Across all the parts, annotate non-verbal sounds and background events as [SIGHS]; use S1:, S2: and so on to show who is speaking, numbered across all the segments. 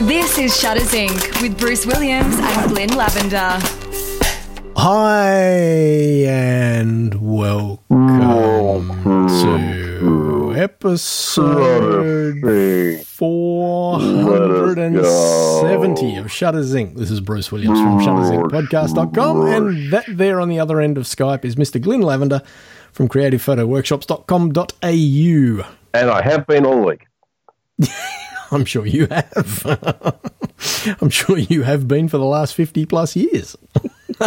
S1: This is Shutters Inc. with Bruce Williams and Glenn Lavender.
S2: Hi and welcome to episode 470 of Shutters Inc. This is Bruce Williams from shuttersincpodcast.com and that there on the other end of Skype is Mr. Glenn Lavender from creativephotoworkshops.com.au.
S3: And I have been all week.
S2: [LAUGHS] I'm sure you have. [LAUGHS] I'm sure you have been for the last 50 plus years. [LAUGHS]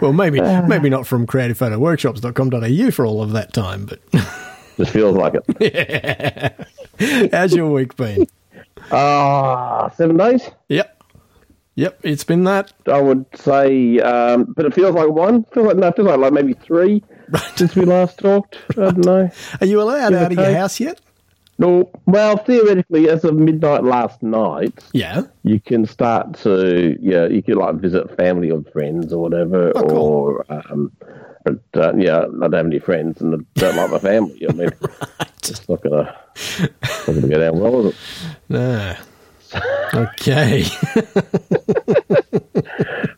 S2: well, maybe maybe not from creativephotoworkshops.com.au for all of that time, but [LAUGHS]
S3: Just feels like it.
S2: how's your week been?
S3: Ah, seven days,
S2: Yep. Yep, it's been that.
S3: I would say, um, but it feels like one. Feels like no, it feels like, like maybe
S2: [LAUGHS]
S3: three since we last talked. I don't know.
S2: Are you allowed out of your
S3: okay.
S2: house yet?
S3: No, well, theoretically, as of midnight last night,
S2: Yeah.
S3: you can start to yeah, you can like visit family or friends or whatever,
S2: Oh, cool.
S3: or um, but uh, yeah, I don't have any friends and I don't like my family. I
S2: [LAUGHS]
S3: mean, it's not gonna not gonna go down well, is it?
S2: No. Ah. Okay. [LAUGHS]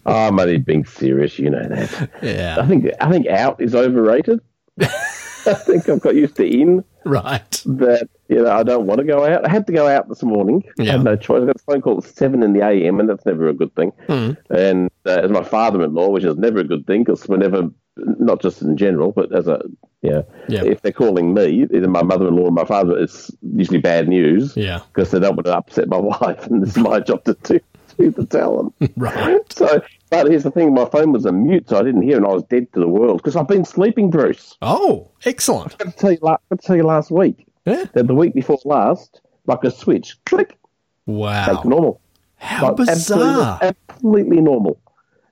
S3: Oh, I'm only being serious, you know that. I
S2: yeah.
S3: think I think out
S2: [LAUGHS]
S3: is overrated. I think I've got used to in
S2: Right.
S3: that you know I don't want to go out. I had to go out this morning. I
S2: Yeah.
S3: had no choice. I got a phone call at seven in the AM, and that's never a good thing.
S2: Hmm.
S3: And uh, as my father-in-law, which is never a good thing, because whenever, not just in general, but as a yeah,
S2: Yeah.
S3: if they're calling me, either my mother-in-law or my father, it's usually bad news.
S2: Yeah.
S3: because they don't want to upset my [LAUGHS] wife, and it's my job to do to tell them.
S2: Right.
S3: So, but here's the thing: my phone was on mute, so I didn't hear, and I was dead to the world because I've been sleeping, Bruce.
S2: Oh, excellent.
S3: I tell you, la- I tell you last week
S2: Yeah.
S3: that the week before last, like a switch, click, back to
S2: Wow.
S3: normal.
S2: How
S3: Like,
S2: bizarre.
S3: Absolutely, absolutely normal.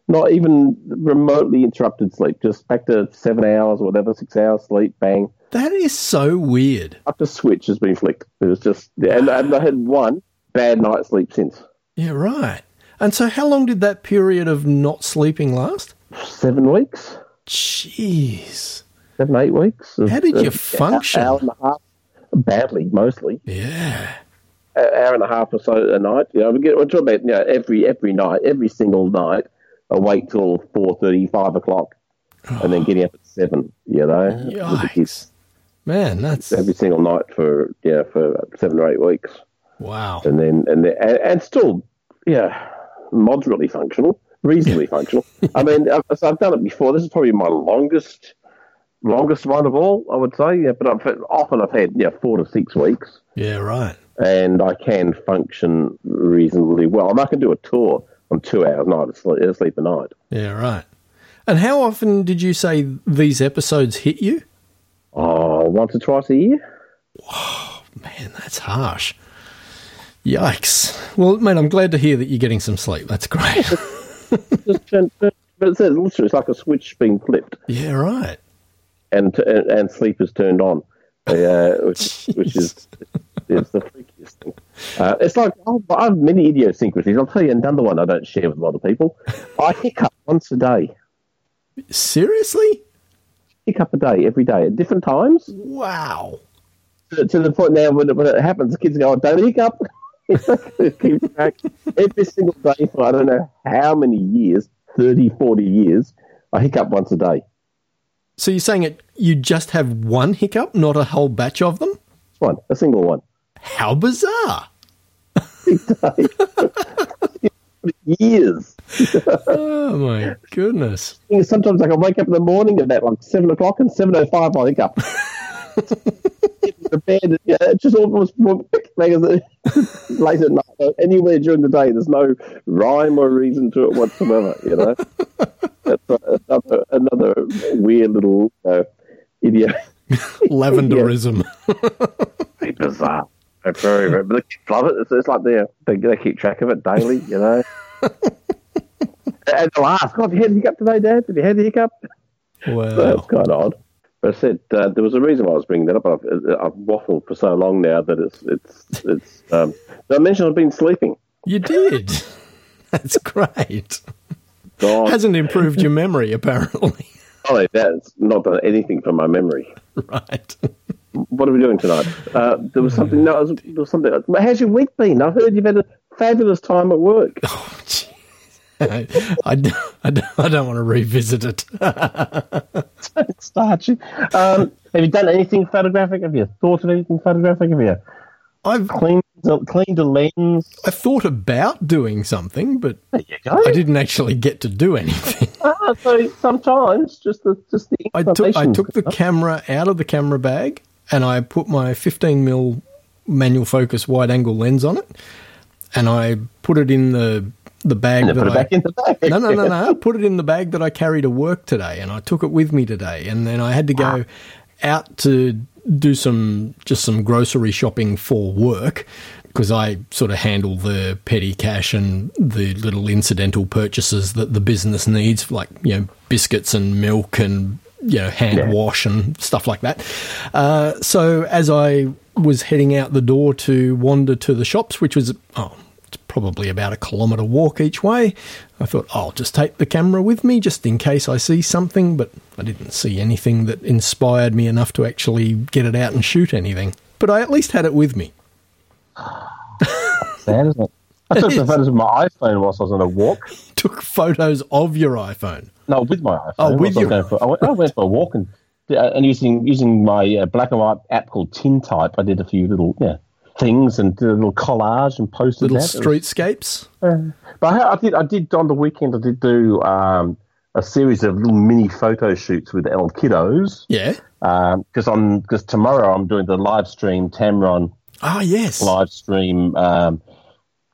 S3: Not even remotely interrupted sleep. Just back to seven hours, or whatever, six hours sleep. Bang.
S2: That is so weird.
S3: Up to switch has been flicked. It was just, yeah, and, and I had one bad night's sleep since
S2: Yeah, right. And so, how long did that period of not sleeping last?
S3: seven weeks.
S2: Jeez.
S3: seven, eight weeks. of-
S2: How did
S3: [LAUGHS]
S2: you
S3: of-
S2: function?
S3: Hour and a half, badly mostly.
S2: Yeah.
S3: An hour and a half or so a night. You know, we get, we're talking about you know, every every night, every single night. I wait till four thirty, five o'clock, and then getting up at seven. You know, with the kids
S2: Yikes. Man, that's
S3: every single night for yeah for seven or eight weeks,
S2: wow.
S3: and then and then, and, and still yeah moderately functional, reasonably functional. I mean, I've, so I've done it before. This is probably my longest longest one of all, I would say. Yeah, but I've, often I've had yeah four to six weeks,
S2: Yeah, right.
S3: and I can function reasonably well. I mean, I can do a tour on two hours night of sleep, of sleep a night.
S2: Yeah, right. And how often did you say these episodes hit you?
S3: Oh, once or twice a year.
S2: Man, that's harsh. Yikes. Well, man, I'm glad to hear that you're getting some sleep. That's great.
S3: Just turn, turn- but it's literally it's like a switch being flipped,
S2: yeah, right.
S3: and t- and, and sleep is turned on, uh, which, which is is the freakiest thing. Uh, it's like I've, I have many idiosyncrasies. I'll tell you another one I don't share with a lot of people. I hiccup once a day.
S2: Seriously?
S3: hiccup a day, every day, at different times.
S2: Wow.
S3: To, to the point now when it, when it happens, the kids go, "Oh, "Don't hiccup." [LAUGHS] Keep track every single day for I don't know how many years, 30, 40 years. I hiccup once a day.
S2: So you're saying it you just have one hiccup, not a whole batch of them?
S3: It's one, a single one.
S2: How bizarre.
S3: Years.
S2: Oh my goodness.
S3: You know, Sometimes like I wake up in the morning about like seven o'clock and seven o five I [LAUGHS] hiccup. Get into bed, yeah, it's just almost like it's [LAUGHS] late at night. Anywhere during the day, there's no rhyme or reason to it whatsoever. You know, that's uh, another another weird little uh, idiot.
S2: Lavenderism.
S3: Very bizarre. Very, very, but they keep- love it. It's, it's like they, they they keep track of it daily. You [LAUGHS] know. And they'll ask, God, have you had a hiccup today, Dad? Have you had a hiccup?
S2: [LAUGHS]
S3: So
S2: Wow.
S3: That's kind of odd. But I said uh, there was a reason why I was bringing that up. I've, uh, I've waffled for so long now that it's it's it's. Um, [LAUGHS] did I mention I've been sleeping?
S2: You did. That's great.
S3: God,
S2: Hasn't improved your memory, apparently. [LAUGHS]
S3: golly, that's not done anything for my memory.
S2: right.
S3: what are we doing tonight? Uh, there was something. No, it was, there was something. Well, How's your week been? I've heard you've had a fabulous time at [LAUGHS] work.
S2: I, I, d- I d- I don't want to revisit it.
S3: Start you. Um, have you done anything photographic? Have you thought of anything photographic? Have you
S2: I've
S3: cleaned a, cleaned a lens?
S2: I thought about doing something, but
S3: There you go.
S2: I didn't actually get to do anything.
S3: Ah, so sometimes just the just the
S2: I took I
S3: inclination.
S2: took the camera out of the camera bag and I put my 15 mm manual focus wide angle lens on it, and I put it in the the bag
S3: And
S2: that
S3: [LAUGHS] put it
S2: I,
S3: back in the bag.
S2: no, no, no,
S3: [LAUGHS]
S2: no. I put it in the bag that I carry to work today, and I took it with me today. And then I had to go out to do some just some grocery shopping for work because I sort of handle the petty cash and the little incidental purchases that the business needs, like you know biscuits and milk and you know hand
S3: Yeah.
S2: wash and stuff like that. Uh, so as I was heading out the door to wander to the shops, which was oh it's probably about a kilometre walk each way. I thought, I'll just take the camera with me just in case I see something, but I didn't see anything that inspired me enough to actually get it out and shoot anything. But I at least had it with me. [LAUGHS]
S3: Sad, isn't it? I took
S2: It
S3: some
S2: is.
S3: photos with my iPhone whilst I was on a walk.
S2: Took photos of your iPhone.
S3: No, with my iPhone.
S2: Oh, with
S3: whilst I was
S2: your
S3: going for- I, went, I went for a walk and uh, and using using my uh, black and white app called Tintype, I did a few little yeah things and did a little collage and posted
S2: Little
S3: that. It was-
S2: streetscapes.
S3: But I, I did. I did on the weekend. I did do um, a series of little mini photo shoots with El Kiddos
S2: Yeah.
S3: because on because tomorrow I'm doing the live stream Tamron
S2: Ah, yes.
S3: live stream um,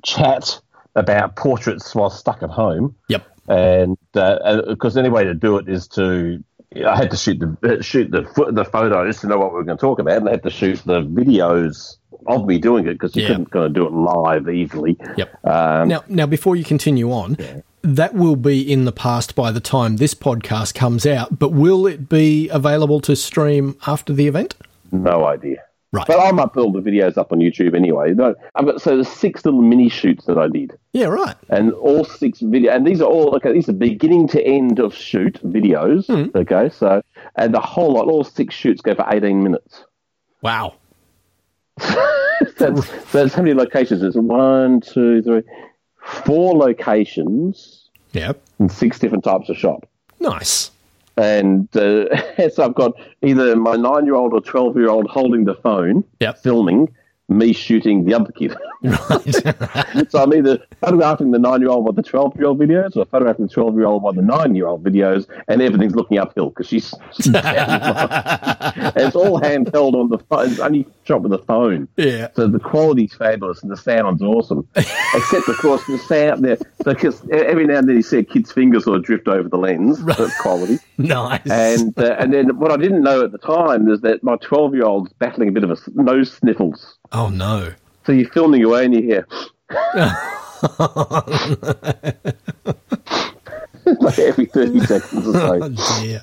S3: chat about portraits while stuck at home,
S2: Yep.
S3: and because any way to do it is to I had to shoot the uh, shoot the fo- the photos to know what we were going to talk about, and I had to shoot the videos of me doing it because you
S2: Yeah.
S3: couldn't going to do it live easily.
S2: Yep. now, now, before you continue on, that will be in the past by the time this podcast comes out, but will it be available to stream after the event?
S3: No idea.
S2: Right.
S3: But I might build the videos up on YouTube anyway. No, I've got so there's six little mini shoots that I did,
S2: Yeah, right.
S3: and all six video, and these are all okay. These are beginning to end of shoot videos. Okay, so and the whole lot, all six shoots go for eighteen minutes. [LAUGHS]
S2: Wow.
S3: That's that's how many locations? It's one, two, three, four locations
S2: Yep.
S3: and six different types of shot.
S2: Nice.
S3: And uh, [LAUGHS] so I've got either my nine-year-old or twelve-year-old holding the phone,
S2: Yep. [LAUGHS]
S3: filming me shooting the other kid. [LAUGHS] So I'm either photographing the nine year old with the 12 year old videos or photographing the 12 year old with the nine year old videos, and everything's looking uphill because she's. she's [LAUGHS] and it's all handheld on the phone. It's only shot with a phone.
S2: Yeah.
S3: So the quality's fabulous and the sound's awesome. Except, of course, the sound there. So 'cause every now and then you see a kid's finger sort of drift over the lens. That's quality.
S2: Nice.
S3: And uh, and then what I didn't know at the time is that my 12 year old's battling a bit of a s- nose sniffles.
S2: oh no.
S3: So you're filming away and you hear. [LAUGHS] like every 30 seconds or so.
S2: Oh dear.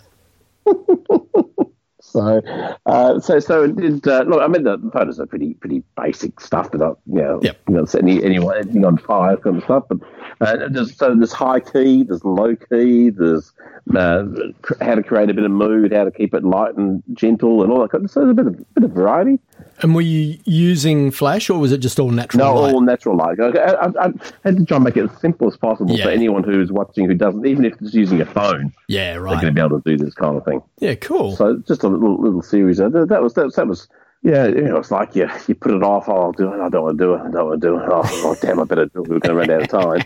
S3: So, uh, so, so it did. Uh, look, I mean, the photos are pretty, pretty basic stuff without, you know,
S2: Yep.
S3: you know setting any- anyone, anything on fire kind of stuff. But uh, there's, so there's high key, there's low key, there's uh, cr- how to create a bit of mood, how to keep it light and gentle, and all that. kind of- So there's a bit of, bit of variety.
S2: And were you using flash or was it just all natural?
S3: No,
S2: light?
S3: all natural light. I, I, I I had to try and make it as simple as possible
S2: Yeah.
S3: for anyone who's watching who doesn't, even if it's using a phone,
S2: yeah,
S3: they're
S2: right.
S3: going to be able to do this kind of thing.
S2: Yeah, cool.
S3: So just a little little series. Uh, That, that was that, that was yeah. You know, it's like you you put it off. Oh, I'll do it. I don't want to do it. I don't want to do it. Oh, oh, [LAUGHS] damn! I better do it. We're going to run out
S2: [LAUGHS]
S3: of time,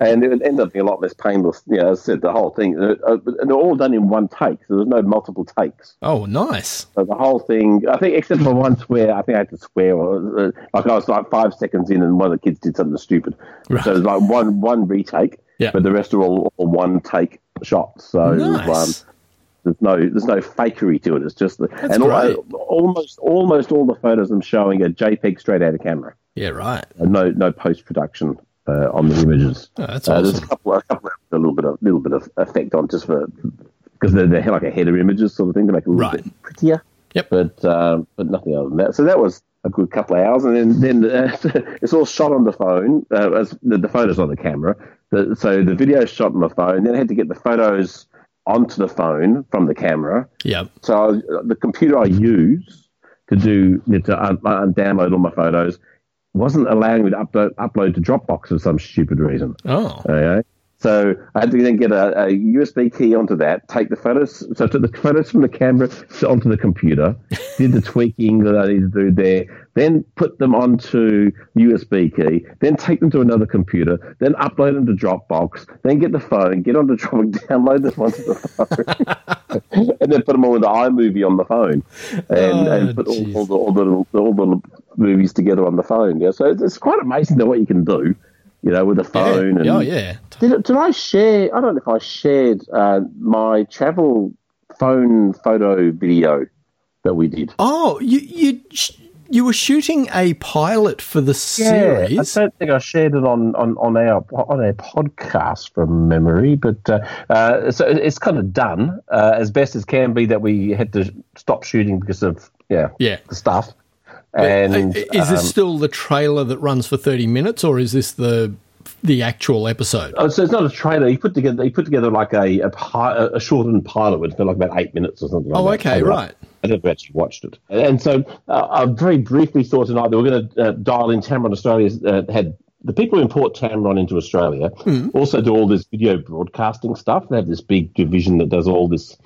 S3: and it would end up being a lot less painless. You know, as I said the whole thing, Uh, uh, and they're all done in one take. So there's no multiple takes.
S2: oh, nice.
S3: So the whole thing, I think, except for one swear, I think I had to swear. Or, uh, like I was like five seconds in, and one of the kids did something stupid.
S2: Right.
S3: So it was like one one retake,
S2: Yeah.
S3: but the rest are all, all one take shots. So um,
S2: Nice.
S3: there's no there's no fakery to it. It's just the, and al-
S2: great.
S3: almost almost all the photos I'm showing are JPEG straight out of camera.
S2: yeah, right.
S3: No no post production uh, on the images.
S2: Oh, that's
S3: Uh, There's a
S2: awesome.
S3: couple, a couple, of- a little bit of little bit of effect on just for because they're, they're like a header images sort of thing to make it a little
S2: Right.
S3: bit prettier.
S2: Yep.
S3: But um, but nothing other than that. So that was a good couple of hours, and then then uh, [LAUGHS] it's all shot on the phone. Uh, as the, the photos on the camera. The, so the video shot on the phone. Then I had to get the photos onto uh, the phone from the camera.
S2: Yep.
S3: So I, the computer I use to do you know, to un- un- download all my photos. wasn't allowing me to upload upload to Dropbox for some stupid reason.
S2: Oh,
S3: Okay. So I had to then get a, a USB key onto that, take the photos. So I took the photos from the camera to- onto the computer, did the tweaking that I needed to do there, then put them onto USB key, then take them to another computer, then upload them to Dropbox, then get the phone, get onto Dropbox, [LAUGHS] download them onto the phone, [LAUGHS] and then put them all into iMovie on the phone, and,
S2: Oh,
S3: and put all,
S2: jeez.
S3: all the all the, little, all the little movies together on the phone. Yeah, so it's, it's quite amazing that what you can do. You know, with a
S2: yeah.
S3: phone and
S2: oh yeah.
S3: did, did I share? I don't know if I shared uh, my travel phone photo video that we did.
S2: Oh, you you sh- you were shooting a pilot for the series.
S3: I don't think I shared it on, on, on our on our podcast from memory, but uh, uh, so it- it's kind of done uh, as best as can be. That we had to stop shooting because of yeah
S2: Yeah.
S3: the stuff.
S2: Uh,
S3: And um,
S2: is this still the trailer that runs for thirty minutes, or is this the the actual episode?
S3: Oh, so it's not a trailer. He put together he put together like a a, pi- a shortened pilot. It's been like about eight minutes or something. Like
S2: Oh,
S3: that.
S2: okay,
S3: So, uh,
S2: right.
S3: I never actually watched it. And so uh, I very briefly thought tonight that we're going to uh, dial in Tamron Australia. Uh, had the people who import Tamron into Australia also do all this video broadcasting stuff. They have this big division that does all this.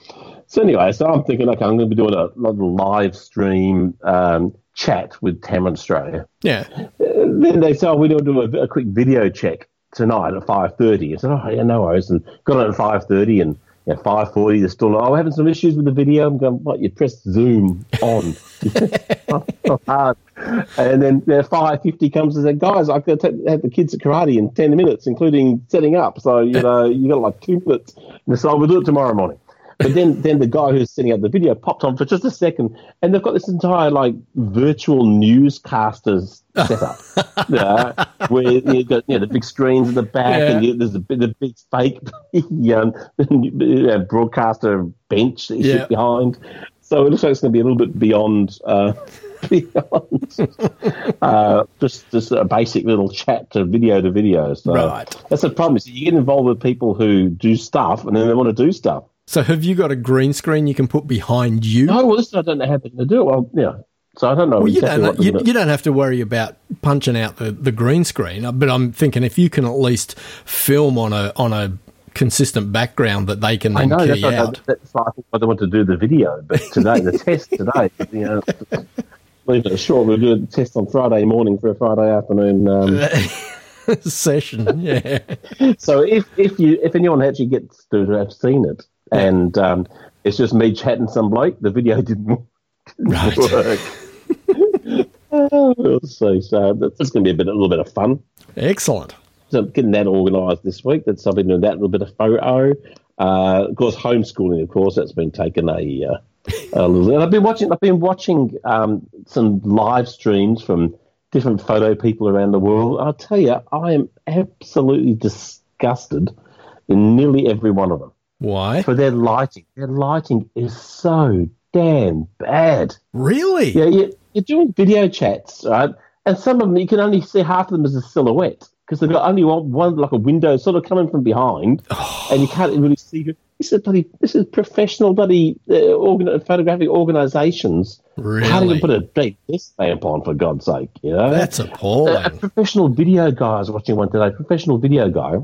S3: So anyway, so I'm thinking, okay, I'm going to be doing a little live stream um, chat with Tamron Australia
S2: Yeah.
S3: then they said, oh, we're going to do a, a quick video check tonight at 5.30. I said, oh, yeah, no worries. And got it at 5.30 and at 5.40, they're still, oh, we're having some issues with the video. I'm going, what, you pressed Zoom on. So hard. And then at 5.50 comes and said, guys, I've got to take, have the kids at karate in 10 minutes, including setting up.
S2: [LAUGHS]
S3: So, you know, you got like two minutes. And so we'll do it tomorrow morning. But then, then the guy who's setting up the video popped on for just a second, and they've got this entire like virtual newscasters
S2: [LAUGHS]
S3: setup, yeah, where you've got you know, the big screens in the back, and
S2: Yeah.
S3: you, there's a, bit- the big fake [LAUGHS] um, uh, broadcaster bench that you
S2: Yeah.
S3: sit behind. So it looks like it's going to be a little bit beyond uh, [LAUGHS] beyond uh, just just a basic little chat to video to video. So
S2: Right.
S3: that's the problem. Is you get involved with people who do stuff, and then they want to do stuff.
S2: So have you got a green screen you can put behind you?
S3: No, well, listen, I don't know how they're going to do it. Well, yeah. So I don't know
S2: Well, you
S3: exactly what
S2: don't,
S3: they're
S2: you,
S3: gonna-
S2: you don't have to worry about punching out the, the green screen, uh, but I'm thinking if you can at least film on a on a consistent background that they can
S3: I
S2: then
S3: know that's
S2: key
S3: why,
S2: out. [LAUGHS]
S3: that's why I think why they want to do the video, but today the test today, you know, leave it short. We'll do a test on Friday morning for a Friday afternoon.
S2: [LAUGHS]
S3: Um,
S2: session. Yeah.
S3: so if if you if anyone actually gets to have seen it, and um, it's just me chatting some bloke, the video [LAUGHS] didn't, didn't
S2: Right.
S3: [LAUGHS] work. Oh, we'll see. So that's that's going to be a bit a little bit of fun.
S2: Excellent.
S3: So getting that organised this week. That's I've been doing that little bit of photo. Uh, of course, homeschooling. Of course, that's been taken a, uh, a little. And I've been watching. I've been watching um, some live streams from different photo people around the world. I'll tell you, I am absolutely disgusted in nearly every one of them
S2: Why?
S3: for their lighting. Their lighting is so damn bad.
S2: Really?
S3: Yeah, you, you're doing video chats, right? And some of them you can only see half of them as a silhouette because they've got only one, one like a window sort of coming
S2: [SIGHS]
S3: from behind, and you can't really see. who- This is bloody. This is professional bloody uh, organ, photographic organisations. Can't
S2: Really?
S3: even put a big this stamp on for God's sake, you know?
S2: That's
S3: a, a [LAUGHS]
S2: appalling.
S3: professional video guy. I was watching one today. Professional video guy.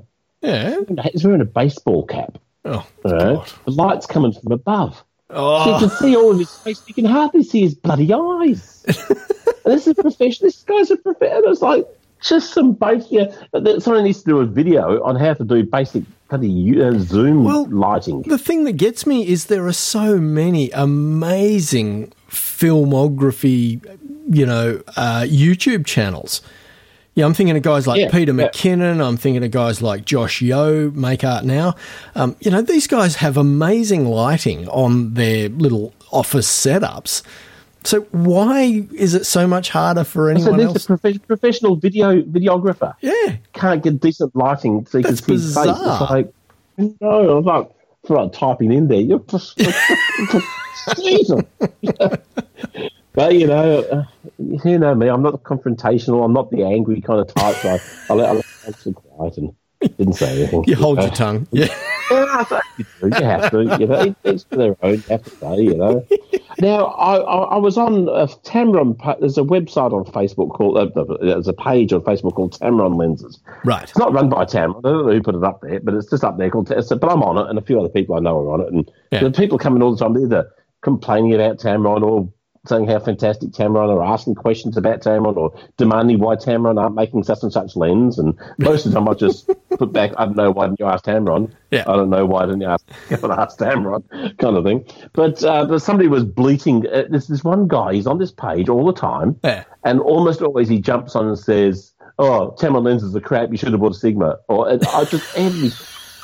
S2: Yeah.
S3: He's wearing a baseball cap.
S2: Oh,
S3: Right?
S2: God.
S3: The light's coming from above. So you
S2: Oh,
S3: can see all of his face. You can hardly see his
S2: [LAUGHS]
S3: bloody eyes. and this is professional. This guy's a professional. It's like just some basic. You know, that someone needs to do a video on how to do basic bloody uh, Zoom
S2: Well,
S3: lighting.
S2: the thing that gets me is there are so many amazing filmography, you know, uh, YouTube channels. Yeah, I'm thinking of guys like
S3: Yeah,
S2: Peter
S3: yeah.
S2: McKinnon. I'm thinking of guys like Josh Yo, Make Art Now. Um, you know, these guys have amazing lighting on their little office setups. So why is it so much harder for
S3: So
S2: anyone
S3: there's
S2: else?
S3: a profe- professional video videographer.
S2: yeah,
S3: Can't get decent lighting so you
S2: That's
S3: can see his face. It's
S2: bizarre.
S3: like no, I'm not. I'm not typing in there. You're just, Jesus. [LAUGHS] But you know, uh, you know me. I'm not confrontational. I'm not the angry kind of type. So I, I, let, I let things be quiet and didn't say anything.
S2: you hold your tongue. Yeah.
S3: [LAUGHS]
S2: [LAUGHS]
S3: Yeah, I think you do. You have to. You know, it's to their own. You have to say. You
S2: [LAUGHS]
S3: know. now, I, I, I was on a Tamron. pa- There's a website on Facebook called. Uh, there's a page on Facebook called Tamron Lenses.
S2: Right.
S3: It's not run by Tamron. I don't know who put it up there, but it's just up there called. It's, but I'm on it, and a few other people I know are on it, and
S2: Yeah.
S3: the people coming all the time. They're either complaining about Tamron or saying how fantastic Tamron or asking questions about Tamron or demanding why Tamron aren't making such and such lens. And most of the time
S2: [LAUGHS]
S3: I just put back, I don't know why didn't you ask Tamron.
S2: Yeah.
S3: I don't know why didn't you ask, [LAUGHS] ask Tamron kind of thing. But, uh, but somebody was bleating. Uh, there's this one guy, he's on this page all the time.
S2: Yeah.
S3: And almost always he jumps on and says, oh, Tamron lenses are crap. You should have bought a Sigma. Or and I just, [LAUGHS] every...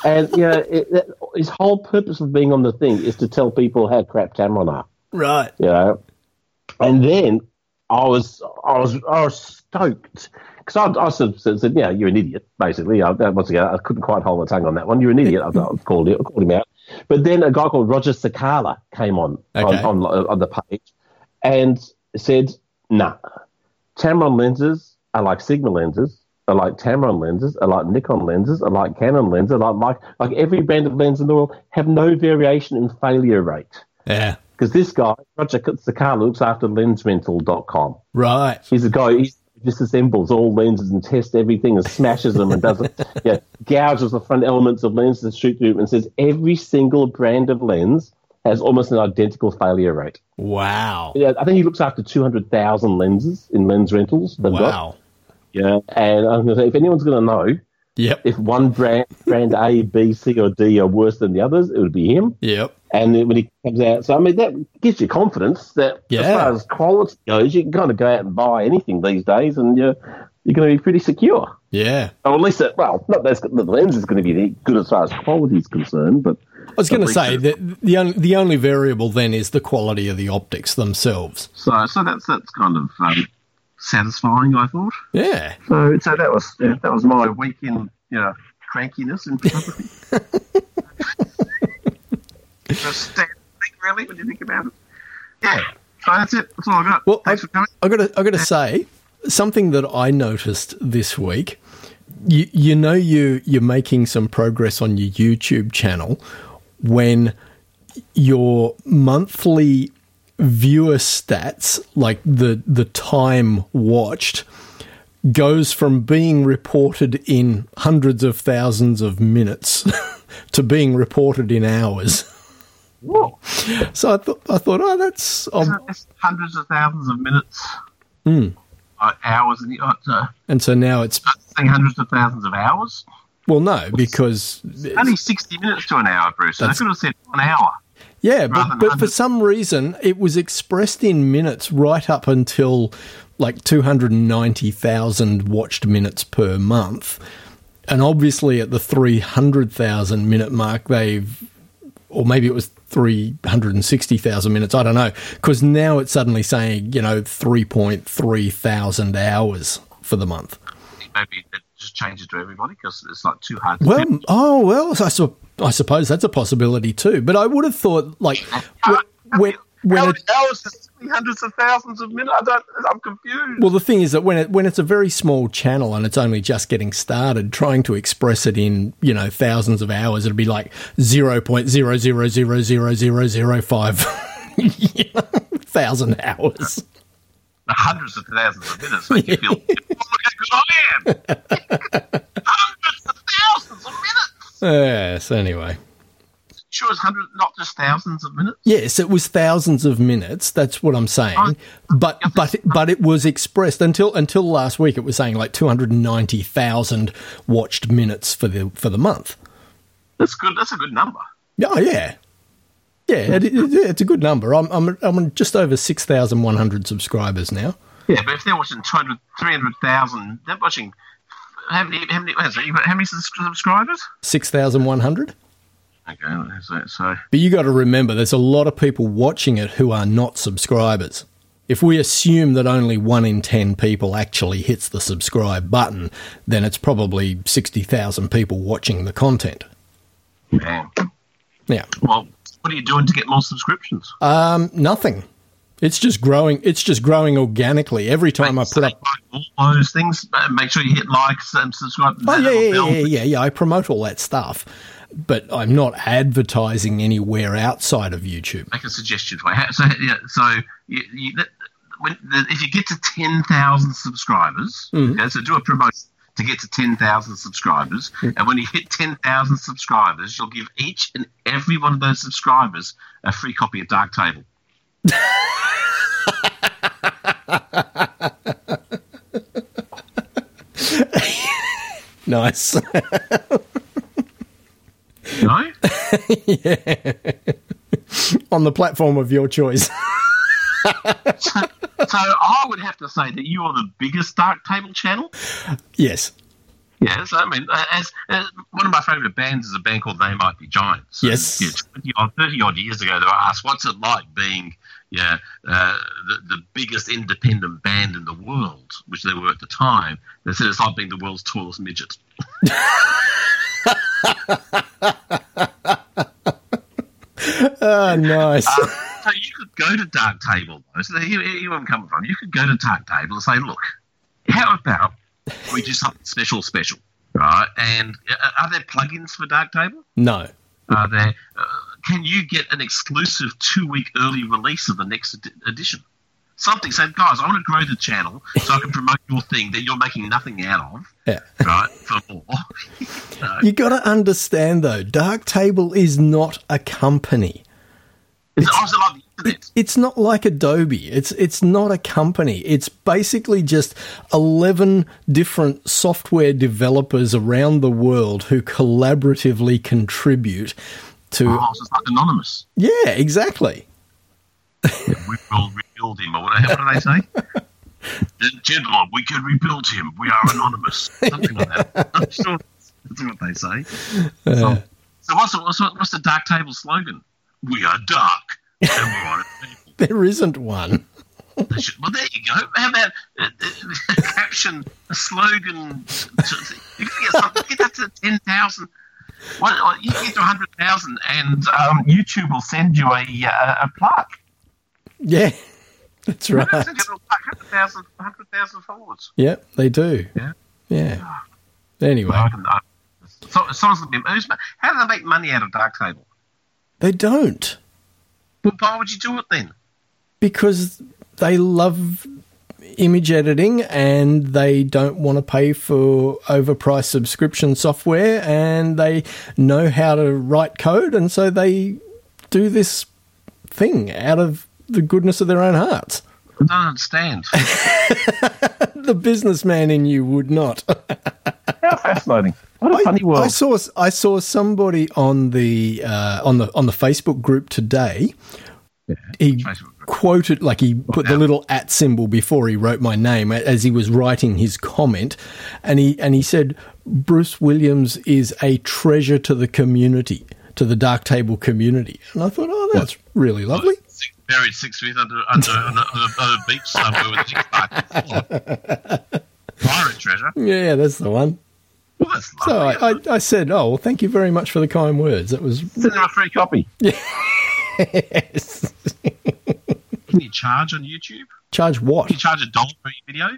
S3: And you know, it, that, his whole purpose of being on the thing is to tell people how crap Tamron are
S2: Right.
S3: you know. And then I was I was I was stoked because I, I sort of said, said, yeah, you're an idiot, basically. I, that- once again, I couldn't quite hold my tongue on that one. You're an idiot. I, I called it, I called him out. But then a guy called Roger Sakala came on
S2: Okay.
S3: on, uh, on on the page and said, nah, Tamron lenses are like Sigma lenses. Are like Tamron lenses, are like Nikon lenses, are like Canon lenses, are like Mic- like every brand of lens in the world have no variation in failure rate
S2: Yeah.
S3: because this guy, Roger Sakala, looks after lensmental.com.
S2: Right.
S3: He's a guy who disassembles all lenses and tests everything and smashes them and doesn't, yeah, gouges the front elements of lenses and shoot through them and says every single brand of lens has almost an identical failure rate.
S2: Wow.
S3: Yeah, I think he looks after 200,000 lenses in lens rentals. They've Got.
S2: Wow.
S3: Yeah. And I'm going to say, if anyone's going to know
S2: Yep.
S3: if one brand, brand A, B, C, or D are worse than the others, it would be him
S2: Yep.
S3: and then when he comes out, so I mean that gives you confidence that as
S2: Yeah.
S3: far as quality goes, you can kind of go out and buy anything these days, and you're you're going to be pretty secure.
S2: Yeah.
S3: Or at least, it, well, not that's the lens is going to be good as far as quality is concerned, but
S2: I was going to say that the on- the only variable then is the quality of the optics themselves.
S3: so so that's that's kind of um, satisfying, I thought.
S2: Yeah.
S3: So so that was yeah, that was my weekend, you know, crankiness and photography. Just standard thing, really, when you think about it. Yeah. So that's it. That's all I got.
S2: Well,
S3: Thanks for coming.
S2: I got to I got to say something that I noticed this week. You you know you you're making some progress on your YouTube channel when your monthly viewer stats, like the the time watched, goes from being reported in hundreds of thousands of minutes [LAUGHS] to being reported in hours.
S3: Whoa. Uh,
S2: So I thought I thought oh that's ob-
S3: It's hundreds of thousands of minutes,
S2: Hmm.
S3: uh, hours, and uh, uh,
S2: and so now it's
S3: saying hundreds of thousands of hours.
S2: Well, no, because
S3: Only sixty minutes to an hour, Bruce. So they
S2: That's-
S3: could have said one hour.
S2: yeah,
S3: rather
S2: but,
S3: than
S2: but for
S3: hundred-
S2: some reason it was expressed in minutes right up until like two hundred and ninety thousand watched minutes per month, and obviously at the three hundred thousand minute mark they've. Or maybe it was 360,000 minutes. I don't know. Because now it's suddenly saying, you know, 3.3 thousand hours for the month.
S3: Maybe it just changes to everybody because it's like too hard. To
S2: Well,
S3: do.
S2: oh well, I, su- I suppose that's a possibility too. But I would have thought, like, wh- when when
S3: hours,
S2: it,
S3: hours is hundreds of thousands of minutes. I don't. I'm confused.
S2: well, the thing is that when it when it's a very small channel and it's only just getting started, trying to express it in you know thousands of hours, it'd be like zero point zero zero zero zero zero zero five [LAUGHS] thousand hours.
S3: hundreds of thousands of minutes
S2: [LAUGHS]
S3: make you feel. oh, look how good I am! hundreds of thousands of minutes.
S2: Yes. Anyway.
S3: Sure, it's hundreds, not just thousands of minutes.
S2: Yes, it was thousands of minutes. That's what I'm saying. But but but it was expressed until until last week. It was saying like two hundred and ninety thousand watched minutes for the for the month.
S3: That's good. That's a good number.
S2: Oh yeah, yeah. It, it- it's a good number. I'm I'm I'm just over six thousand one hundred subscribers now.
S3: Yeah, but if they're watching 200, 300,000, they're watching. How many? How many? How many, how many subs- subscribers?
S2: Six thousand one hundred.
S3: Okay, so, so
S2: But you got to remember, there's a lot of people watching it who are not subscribers. If we assume that only one in 10 people actually hits the subscribe button, then it's probably 60,000 people watching the content.
S3: yeah.
S2: Yeah.
S3: Well, what are you doing to get more subscriptions?
S2: Um, nothing. It's just growing. It's just growing organically. Every time I put
S3: Like
S2: up.
S3: all those things. uh, Make sure you hit likes and subscribe.
S2: Oh,
S3: that
S2: yeah,
S3: little
S2: yeah,
S3: bell.
S2: yeah, yeah, yeah. I promote all that stuff. but I'm not advertising anywhere outside of YouTube. [LAUGHS]
S3: make a suggestion for you. So, yeah, so you, you, that- when, the, if you get to 10,000 subscribers, okay, so do a promotion to get to 10,000 subscribers. And when you hit 10,000 subscribers, you'll give each and every one of those subscribers a free copy of Dark Table.
S2: Nice. [LAUGHS]
S3: You know?
S2: On the platform of your choice. [LAUGHS]
S3: so I would have to say that you are the biggest Dark Table channel.
S2: yes.
S3: Yes, I mean, uh, as, as one of my favourite bands is a band called They Might Be Giants. So,
S2: Yes.
S3: yeah, 20 odd, thirty odd years ago, they were asked, "What's it like being, yeah, uh, the the biggest independent band in the world?" Which they were at the time. They said it's like being the world's tallest midget.
S2: Oh, nice.
S3: So you could go to Dark Table, though. So here, here I'm coming from. You could go to Dark Table and say, look, how about we do something special, special, right? And uh, are there plugins for Dark Table?
S2: no.
S3: Are there? Uh, can you get an exclusive two-week early release of the next ed- edition? Something. So, guys, I want to grow the channel so I can promote your thing that you're making nothing out of,
S2: Yeah.
S3: right? For more.
S2: You got to understand, though, Dark Table is not a company.
S3: It's also oh, like the internet.
S2: It's not like Adobe. It's it's not a company. It's basically just eleven different software developers around the world who collaboratively contribute to.
S3: Oh, it's just like anonymous.
S2: Yeah, exactly.
S3: We will rebuild him, or what, what do they say? Gen- Gentlemen, we can rebuild him. We are anonymous. Something like that. I'm sure that's what they say. so, so what's, the- what's, the- what's the Dark Table slogan? We are dark, and we're on a table.
S2: There isn't one.
S3: They should- Well, there you go. How about uh, uh, [LAUGHS] a caption, a slogan? to- to- You can get, something, get that to 10,000. Well, well, uh, you can get to 100,000 and um, YouTube will send you a, uh, a
S2: [LAUGHS]
S3: plaque.
S2: Yeah, that's right.
S3: Send you a little plaque, 100,000 100,000 followers.
S2: Yeah, they do.
S3: Yeah.
S2: Yeah. Anyway,
S3: I can, I, so, someone's going to be who's ma- How do they make money out of Dark Table?
S2: they don't
S3: Well, why would you do it then?
S2: because they love image editing and they don't want to pay for overpriced subscription software and they know how to write code and so they do this thing out of the goodness of their own hearts.
S3: I don't understand.
S4: [LAUGHS]
S2: The businessman in you would not. [LAUGHS]
S3: How fascinating.
S4: What a
S2: I,
S4: funny world.
S2: I saw I saw somebody on the uh, on the on the Facebook group today. He
S3: Facebook group.
S2: quoted like he put the
S3: now?
S2: little at symbol before he wrote my name a- as he was writing his comment, and he and he said Bruce Williams is a treasure to the community, to the Dark Table community, and I thought, oh, that's really lovely.
S3: Six, buried six feet under under on a, on a, on a beach somewhere with a chick pirate treasure.
S2: Yeah, that's the one.
S3: Well, that's lovely.
S2: So I, I, I said, oh well, thank you very much for the kind words. That
S4: [LAUGHS]
S2: was
S3: Send them a free copy.
S2: yes.
S3: Can you charge on YouTube?
S2: Charge what?
S3: Can you charge a dollar for your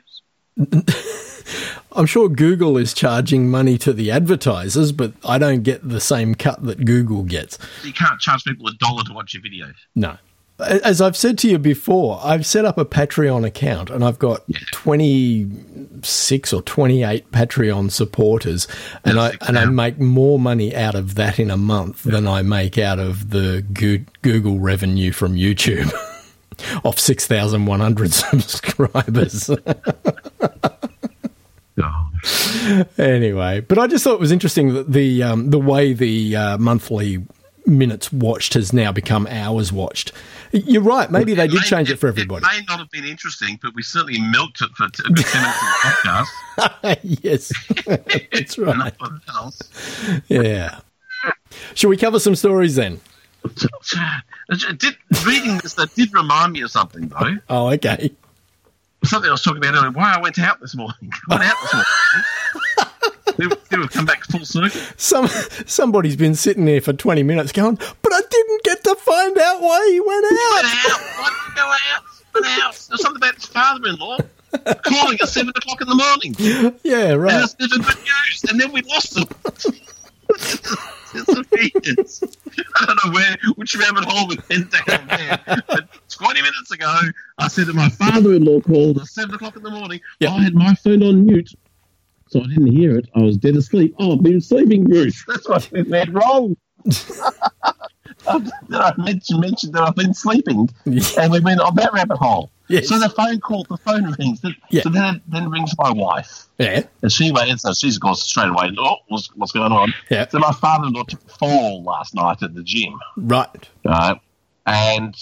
S3: videos?
S2: I'm sure Google is charging money to the advertisers, but I don't get the same cut that Google gets.
S3: You can't charge people a dollar to watch your videos.
S2: No. A- As I've said to you before, I've set up a Patreon account and I've got 26 or 28 Patreon supporters and I and I make more money out of that in a month than I make out of the Goo- Google revenue from YouTube [LAUGHS] off 6,100 [LAUGHS] subscribers.
S3: Oh,
S2: Anyway, but I just thought it was interesting that the um, the way the uh, monthly minutes watched has now become hours watched. You're right. Maybe they did change it for everybody. [LAUGHS]
S3: It may not have been interesting, but we certainly milked it for t- a good ten minutes of the podcast.
S2: yes, [LAUGHS] that's [LAUGHS] right.
S3: Nothing else.
S2: Yeah. Shall we cover some stories then?
S3: It uh, Did, reading this, that did remind me of something though.
S2: Oh, okay.
S3: something I was talking about earlier. Why I went out this morning. [LAUGHS] I went out this morning. we, would- we would come back full circle.
S2: Some somebody's been sitting there for 20 minutes going, but I didn't get to find out why he went
S3: Went
S2: out.
S3: out. Why did you go out? Went out. There's something about his father-in-law calling at seven o'clock in the morning.
S2: Yeah,
S3: And
S2: right. [LAUGHS]
S3: it's never good news. And then we lost him. It's a- years. I don't know where, which rabbit hole we went down there. But 20 minutes ago, I said that my father in law called at 7 o'clock in the morning.
S2: Yeah.
S3: I had my phone on mute, so I didn't hear it. I was dead asleep. Oh, I've been sleeping, Bruce. That's what we went wrong.
S2: [LAUGHS]
S3: Then I mentioned, mentioned that I've been sleeping, and we went on that rabbit hole.
S2: Yes.
S3: So the phone call, the phone rings. Then,
S2: Yeah.
S3: So then, then rings my wife.
S2: Yeah.
S3: And she went, so she's gone straight away. Oh, what's, what's going on?
S2: Yeah.
S3: So my father-in-law took a fall last night at the gym,
S2: Right.
S3: right? And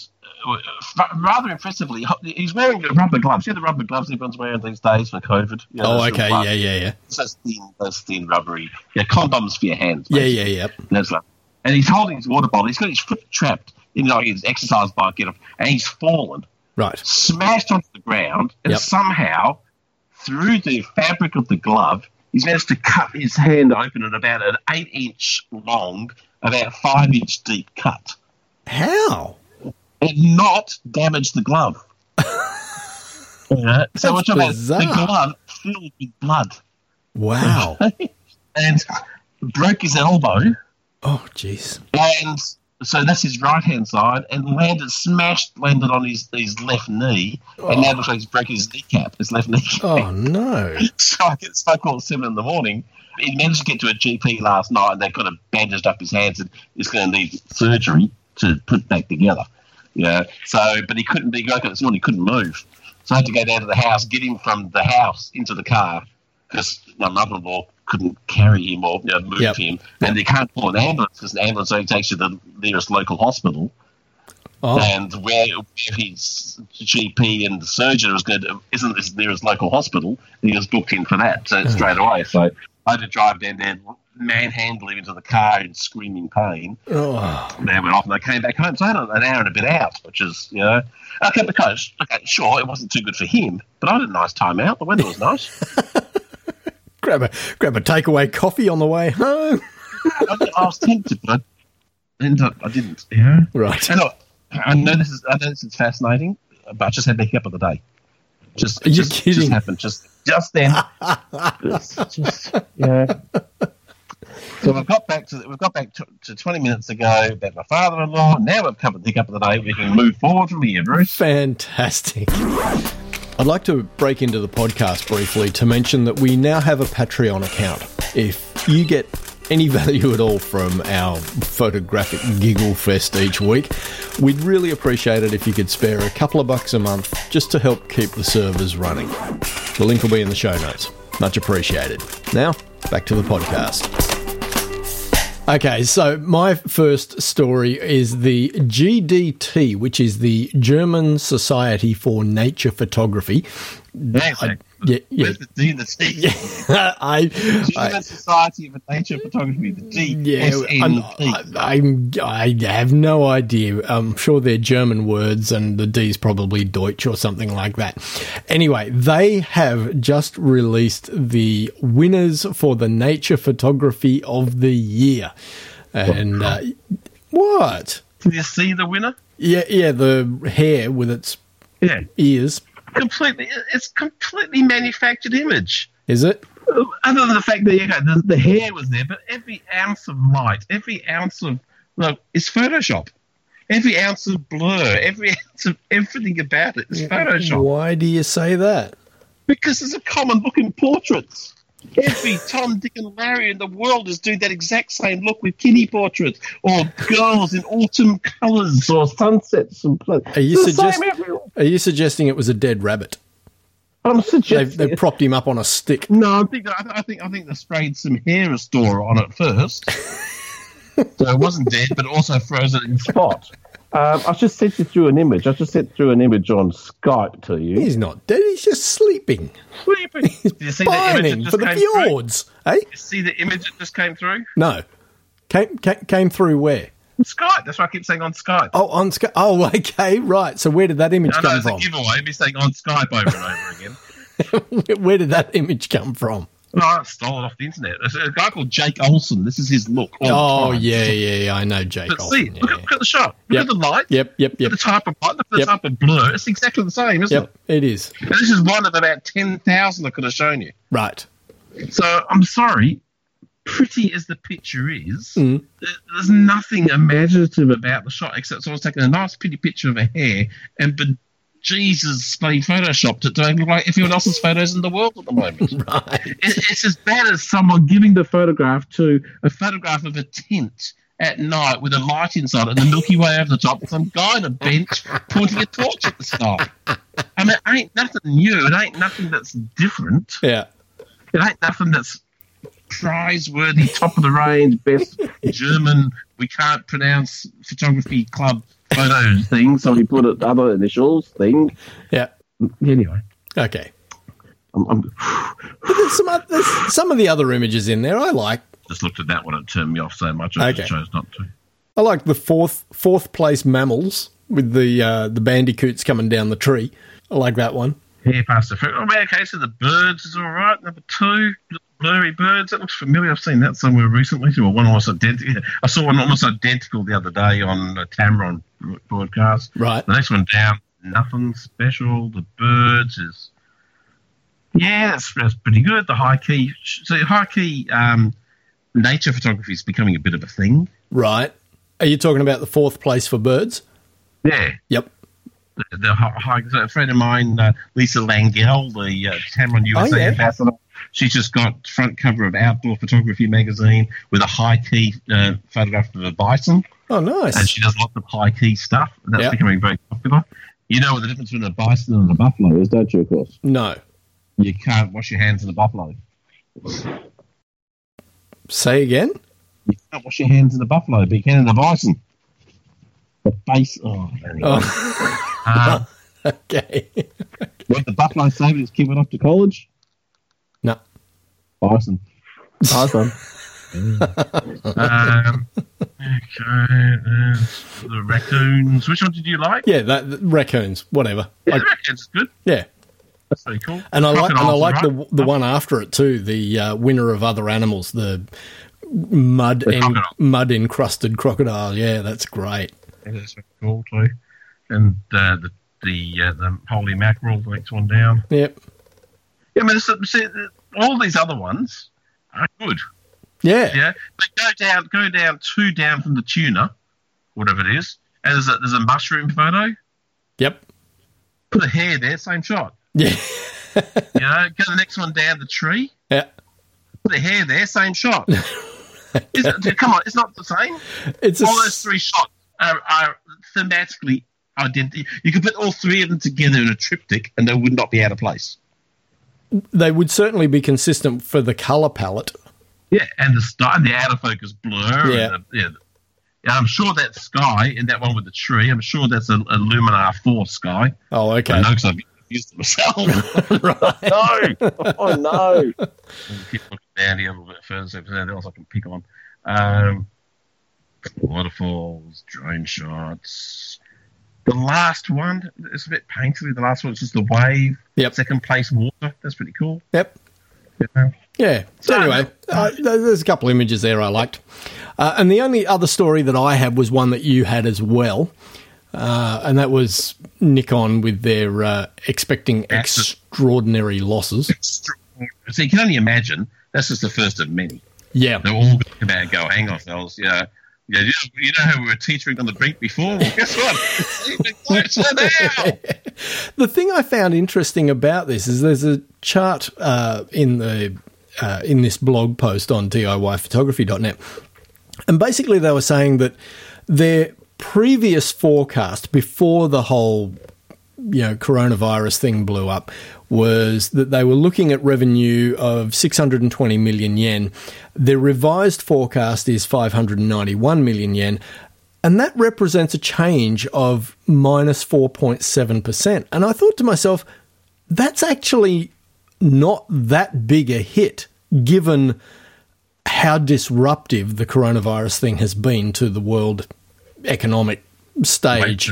S3: uh, f- rather impressively, he's wearing rubber gloves. You know the rubber gloves everyone's wearing these days for COVID. You
S2: Oh,
S3: know, those
S2: okay.
S3: little-
S2: Yeah, yeah, yeah.
S3: It's those thin, those thin rubbery. Yeah, condoms for your hands.
S2: Yeah, yeah, yeah.
S3: That's right. And he's holding his water bottle. He's got his foot trapped in like his exercise bike, you know, and he's fallen
S2: Right.
S3: smashed onto the ground, and
S2: Yep.
S3: somehow, through the fabric of the glove, he's managed to cut his hand open at about an eight inch long, about five inch deep cut,
S2: How?
S3: and not damage
S2: [LAUGHS]
S3: the glove. Yeah,
S2: That's
S3: So what about the
S2: bizarre.
S3: glove filled with blood
S2: Wow.
S3: [LAUGHS] and broke his elbow.
S2: Oh, jeez.
S3: And so that's his right hand side, and landed, smashed, landed on his, his left knee, and now looks like he's broken his kneecap, his left kneecap.
S2: Oh no.
S3: [LAUGHS] so I get so I called seven in the morning. He managed to get to a GP last night, and they kind of bandaged up his hands, and he's going to need surgery to put back together. Yeah. So, but he couldn't be broken this morning. He couldn't move, so I had to go down to the house, get him from the house into the car because my mother-in-law couldn't carry him or you know, move
S2: Yep.
S3: him, and they can't call an ambulance because an ambulance only takes you to the nearest local hospital
S2: Oh,
S3: and where, where his GP and the surgeon was going to, isn't as near his local hospital, and he was booked in for that so straight away. So I had to drive down there, manhandle him into the car in screaming pain.
S2: oh.
S3: They went off and they came back home. So I had an hour and a bit out, which is, you know, okay, because, okay, sure, it wasn't too good for him, but I had a nice time out. The weather was nice.
S2: grab a grab a takeaway coffee on the way home.
S3: I, I was tempted, but I, ended up, I didn't, yeah.
S2: Right.
S3: I know, I know this is I know this is fascinating, but I just had the hiccup of the day. Just
S2: Are you
S3: just,
S2: kidding?
S3: just happened. Just just then. Just- just- yeah. So we've got back to we've got back to, to twenty minutes ago about my father-in-law. Now we've covered the hiccup of the day. We can move forward from here, Bruce.
S2: Fantastic. I'd like to break into the podcast briefly to mention that we now have a Patreon account. If you get any [LAUGHS] value at all from our photographic giggle fest each week, we'd really appreciate it if you could spare a couple of bucks a month just to help keep the servers running. The link will be in the show notes. Much appreciated. Now, back to the podcast. Okay, so my first story is the GDT, which is the German Society for Nature Photography.
S3: Now,
S2: Yeah, yeah. [LAUGHS]
S3: Where's the D and the T?
S2: I,
S3: Human
S2: I,
S3: Society of Nature Photography, the D
S2: yeah,
S3: S
S2: I'm,
S3: N P.
S2: I'm, I have no idea. I'm sure they're German words, and the D's probably Deutsch or something like that. Anyway, they have just released the winners for the Nature Photography of the Year, and uh, what?
S3: Can you see the winner?
S2: Yeah, yeah, the hair with its
S3: Yeah,
S2: ears,
S3: completely. It's completely manufactured image.
S2: is it?
S3: other than the fact that yeah, the, the hair was there, but every ounce of light, every ounce of look, it's Photoshop. Every ounce of blur, every ounce of everything about it is Photoshop.
S2: Why do you say that?
S3: Because it's a common look in portraits. Every Tom, Dick, and Larry in the world is doing that exact same look with kiddie portraits or girls in autumn colours or sunsets and pl-
S2: Are you
S3: It's the same
S2: suggest-
S3: everywhere.
S2: Are you suggesting it was a dead rabbit?
S3: I'm
S2: They've,
S3: suggesting
S2: they've propped him up on a stick.
S3: No, I think I, I think I think they sprayed some hair restorer on it first, so it wasn't dead, but also frozen in spot.
S4: Um, I just sent you through an image. I just sent through an image on Skype to you.
S2: He's not dead. He's just sleeping,
S3: Sleeping. [LAUGHS] Did you see the image that
S2: pining
S3: just
S2: for the
S3: came through? Did
S2: fjords. Eh?
S3: you see the image that just came through?
S2: No, came, came came through where?
S3: Skype. That's why I keep saying on Skype.
S2: Oh, on Sky. Oh, [LAUGHS] okay, right. So where did that image
S3: I know
S2: come
S3: it's a
S2: from?
S3: giveaway. Me saying on Skype over and over
S2: [LAUGHS]
S3: again. [LAUGHS]
S2: where did that image come from?
S3: No, I stole it off the internet. There's a guy called Jake Olson. This is his look.
S2: Oh,
S3: all the time.
S2: yeah, yeah, yeah. I know Jake.
S3: But see,
S2: Olsen,
S3: look,
S2: yeah.
S3: at, look at the shot. Look
S2: Yep.
S3: at the light.
S2: Yep, yep, yep,
S3: The type of light. Look at the
S2: Yep.
S3: type of blur. It's exactly the same, isn't it?
S2: yep. It is
S3: And this is one of about 10,000 I could have shown you.
S2: right.
S3: So I'm sorry. pretty as the picture is, there- there's nothing imaginative about the shot except someone's taken a nice pretty picture of a hair and but Jesus, they photoshopped it to make it look like everyone else's photos in the world at the moment.
S2: Right.
S3: It, it's as bad as someone giving the photograph to a photograph of a tent at night with a light inside it and the Milky Way over the top, and some guy on a bench pointing a torch at the sky. I mean, it ain't nothing new. It ain't nothing that's different.
S2: Yeah.
S3: It ain't nothing that's prize-worthy, top of the range, best German. We can't pronounce photography club photos [LAUGHS] thing, so we put it other initials thing.
S2: Yeah.
S3: Anyway,
S2: Okay.
S3: I'm, I'm [SIGHS]
S2: But there's some, oth- there's some of the other images in there I like.
S3: just looked at that one. It turned me off so much. I
S2: Okay.
S3: just chose not to.
S2: I like the fourth fourth place mammals with the uh, the bandicoots coming down the tree. I like that one.
S3: Yeah, past the fruit. Oh, man, okay, so the birds is all right. Number two, blurry birds. That looks familiar. I've seen that somewhere recently. Well, one almost identical. I saw one almost identical the other day on a Tamron broadcast.
S2: Right.
S3: The next one down, nothing special. The birds is. Yeah, that's, that's pretty good. The high key. So, high key um, nature photography is becoming a bit of a thing.
S2: Right. Are you talking about the fourth place for birds?
S3: Yeah.
S2: Yep.
S3: the- the hi- hikers. A friend of mine, uh, Lisa Langell, the uh, Cameron USA
S2: Oh, yeah.
S3: ambassador, she's just got front cover of Outdoor Photography magazine with a high key uh, photograph of a bison,
S2: Oh,
S3: and
S2: nice.
S3: she does lots of high key stuff, and that's
S2: Yeah.
S3: becoming very popular. You know what the difference between a bison and a buffalo is, don't you? Of course,
S2: No.
S3: you can't wash your hands in a buffalo.
S2: Say again.
S3: You can't wash your hands in a buffalo, but you can in a bison. The base. Oh, anyway.
S2: Oh, [LAUGHS]
S3: Uh,
S2: okay.
S3: what the buffalo say when his kid went off to college?
S2: No.
S3: Bison.
S4: Awesome.
S3: Um, okay, uh, the raccoons. Which one did you like?
S2: Yeah, that the raccoons. Whatever.
S3: Yeah,
S2: I,
S3: the raccoons is good.
S2: yeah.
S3: That's pretty cool.
S2: And I like and I
S3: Crocodiles
S2: like
S3: are
S2: the
S3: right.
S2: the one after it too. The uh, winner of other animals. The mud and
S3: crocodile.
S2: mud encrusted crocodile. Yeah, that's great.
S3: Yeah, That's pretty cool too. And uh, the the uh, the holy mackerel, the next one down.
S2: Yep.
S3: Yeah, I mean, it's- it's- it- all these other ones are good.
S2: Yeah.
S3: Yeah, but go down, go down two down from the tuna, whatever it is. And there's a, there's a mushroom photo.
S2: Yep.
S3: Put a hair there, same shot.
S2: Yeah.
S3: [LAUGHS] You know, go the next one down the tree.
S2: Yeah.
S3: the hair there, same shot. Is it- come on, it's not the same.
S2: It's a
S3: All those three shots are, are thematically identical. You could put all three of them together in a triptych, and they would not be out of place.
S2: they would certainly be consistent for the color palette.
S3: Yeah, and the sky, the out of focus blur.
S2: Yeah.
S3: and the, yeah. And I'm sure that sky in that one with the tree. I'm sure that's a, a Luminar Four sky.
S2: Oh, okay.
S3: I know because I've used
S2: [LAUGHS]
S3: it myself. [LAUGHS]
S2: right.
S4: no. Oh no.
S3: keep looking down here a little bit further, so if there's anything else I can pick on. Um, waterfalls, drone shots. The last one, it's a bit painterly. The last one is just the wave.
S2: Yep.
S3: Second place water. That's pretty cool.
S2: Yep.
S3: Yeah.
S2: Yeah. So
S3: So-
S2: anyway, uh, th- there's a couple images there I liked, uh, and the only other story that I had was one that you had as well, uh, and that was Nikon with their uh, expecting
S3: That's it.
S2: extraordinary losses.
S3: So you can only imagine that's just the first of many.
S2: Yeah.
S3: They're all going to come out and go, hang on, fellas. Yeah. Yeah, you know, you know how we were teetering on the brink before? [LAUGHS] Well, guess what? It's even closer now.
S2: The thing I found interesting about this is there's a chart uh, in the uh, in this blog post on DIYphotography.net, and basically they were saying that their previous forecast before the whole you know coronavirus thing blew up was that they were looking at revenue of 620 million yen. Their revised forecast is 591 million yen. And that represents a change of minus 4.7%. And I thought to myself, that's actually not that big a hit given how disruptive the coronavirus thing has been to the world economic stage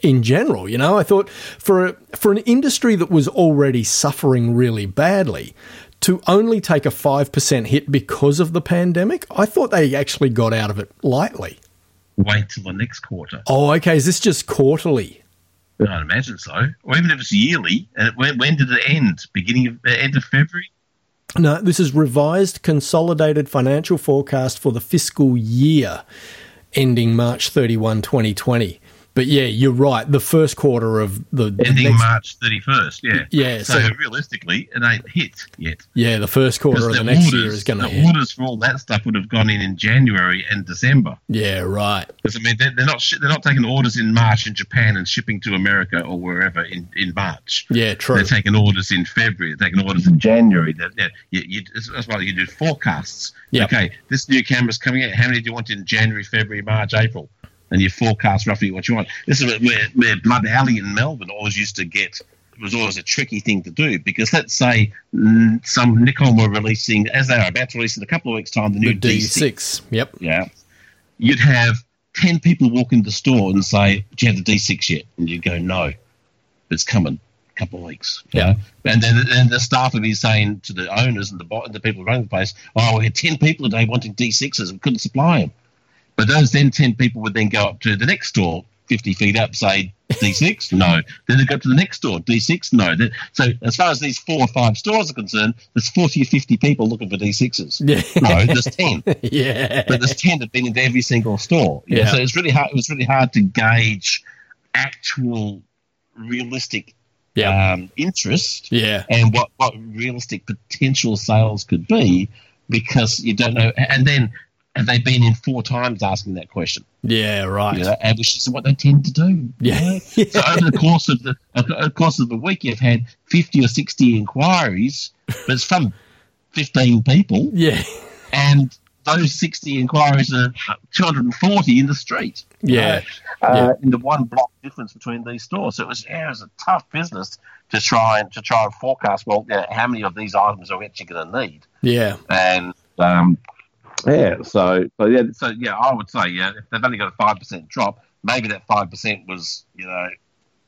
S2: in general. You know, I thought for a, for an industry that was already suffering really badly, to only take a five percent hit because of the pandemic, I thought they actually got out of it lightly.
S3: Wait till the next quarter.
S2: Oh, okay. Is this just quarterly?
S3: I'd imagine so. Or even if it's yearly, and it, when, when did it end? Beginning of uh, end of February.
S2: No, this is revised consolidated financial forecast for the fiscal year ending March 31, 2020. But yeah, you're right. The first quarter of the, the
S3: Ending
S2: next,
S3: March 31st, yeah.
S2: Yeah,
S3: So,
S2: so-
S3: realistically, it ain't hit yet.
S2: yeah, the first quarter of
S3: Because
S2: the next year is going to
S3: the
S2: hit.
S3: orders for all that stuff would have gone in in January and December.
S2: Yeah, right.
S3: Because I mean, they're, they're not shi they're not taking orders in March in Japan and shipping to America or wherever in, in March.
S2: Yeah, true.
S3: They're taking orders in February. They're taking orders in January. That yeah, you, you, that's- that's why you do forecasts.
S2: Yep.
S3: Okay, this new camera's coming out. How many do you want in January, February, March, April? And you forecast roughly what you want. This is where, where Blood Alley in Melbourne always used to get. It was always a tricky thing to do because let's say mm, some Nikon were releasing, as they are about to release in a couple of weeks' time, the
S2: The
S3: new D6.
S2: D6. Yep. [LAUGHS]
S3: Yeah. You'd have 10 people walk in the store and say, Do you have the D6 yet? And you'd go, No, it's coming a couple of weeks.
S2: Yeah.
S3: And then and the staff would be saying to the owners and the, bo- the people running the place, Oh, we had 10 people today wanting D6s and couldn't supply them. But those then 10 people would then go up to the next store 50 feet up, say,
S2: [LAUGHS]
S3: D6? No. Then they go to the next store, D6? No. Then- So, as far as these four or five stores are concerned, there's 40 or 50 people looking for D6s.
S2: Yeah.
S3: No, there's 10
S2: Yeah.
S3: but there's ten have been in every single store. you know,
S2: Yeah.
S3: So it's really hard. It was really hard to gauge actual realistic
S2: Yeah.
S3: um, interest
S2: Yeah.
S3: and what, what realistic potential sales could be because you don't know. And then have they been in four times asking that question?
S2: Yeah, right.
S3: You know, and which is what they tend to do.
S2: Yeah. [LAUGHS]
S3: So over the course of the over the course of the week, you've had fifty or sixty inquiries, but it's from fifteen people
S2: Yeah.
S3: and those 60 inquiries are 240 in the street.
S2: Yeah.
S4: Uh,
S3: In the one block difference between these stores, so it was yeah, it was a tough business to try and to try and forecast. Well, yeah, how many of these items are we actually going to need?
S2: Yeah.
S3: And um, yeah, so so yeah, so yeah, I would say yeah, if they've only got a five percent drop, maybe that five percent was you know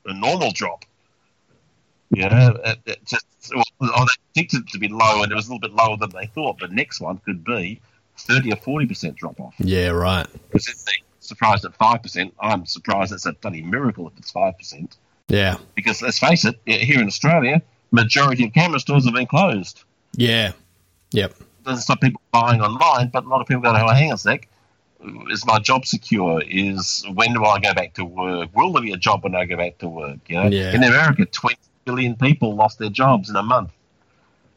S3: a normal drop. You know, it, it just well, oh, they predicted it to be low, and it was a little bit lower than they thought. The next one could be thirty or forty percent drop off.
S2: Yeah, right.
S3: Because if they're surprised at five percent, I'm surprised it's a bloody miracle if it's five percent.
S2: Yeah.
S3: Because let's face it, eh, here in Australia, majority of camera stores have been closed
S2: Yeah. Yep.
S3: doesn't stop people buying online, but a lot of people go, oh, hang on a sec. Is my job secure? Is when do I go back to work? Will there be a job when I go back to work? You know?
S2: Yeah.
S3: In America, 20 million people lost their jobs in a month.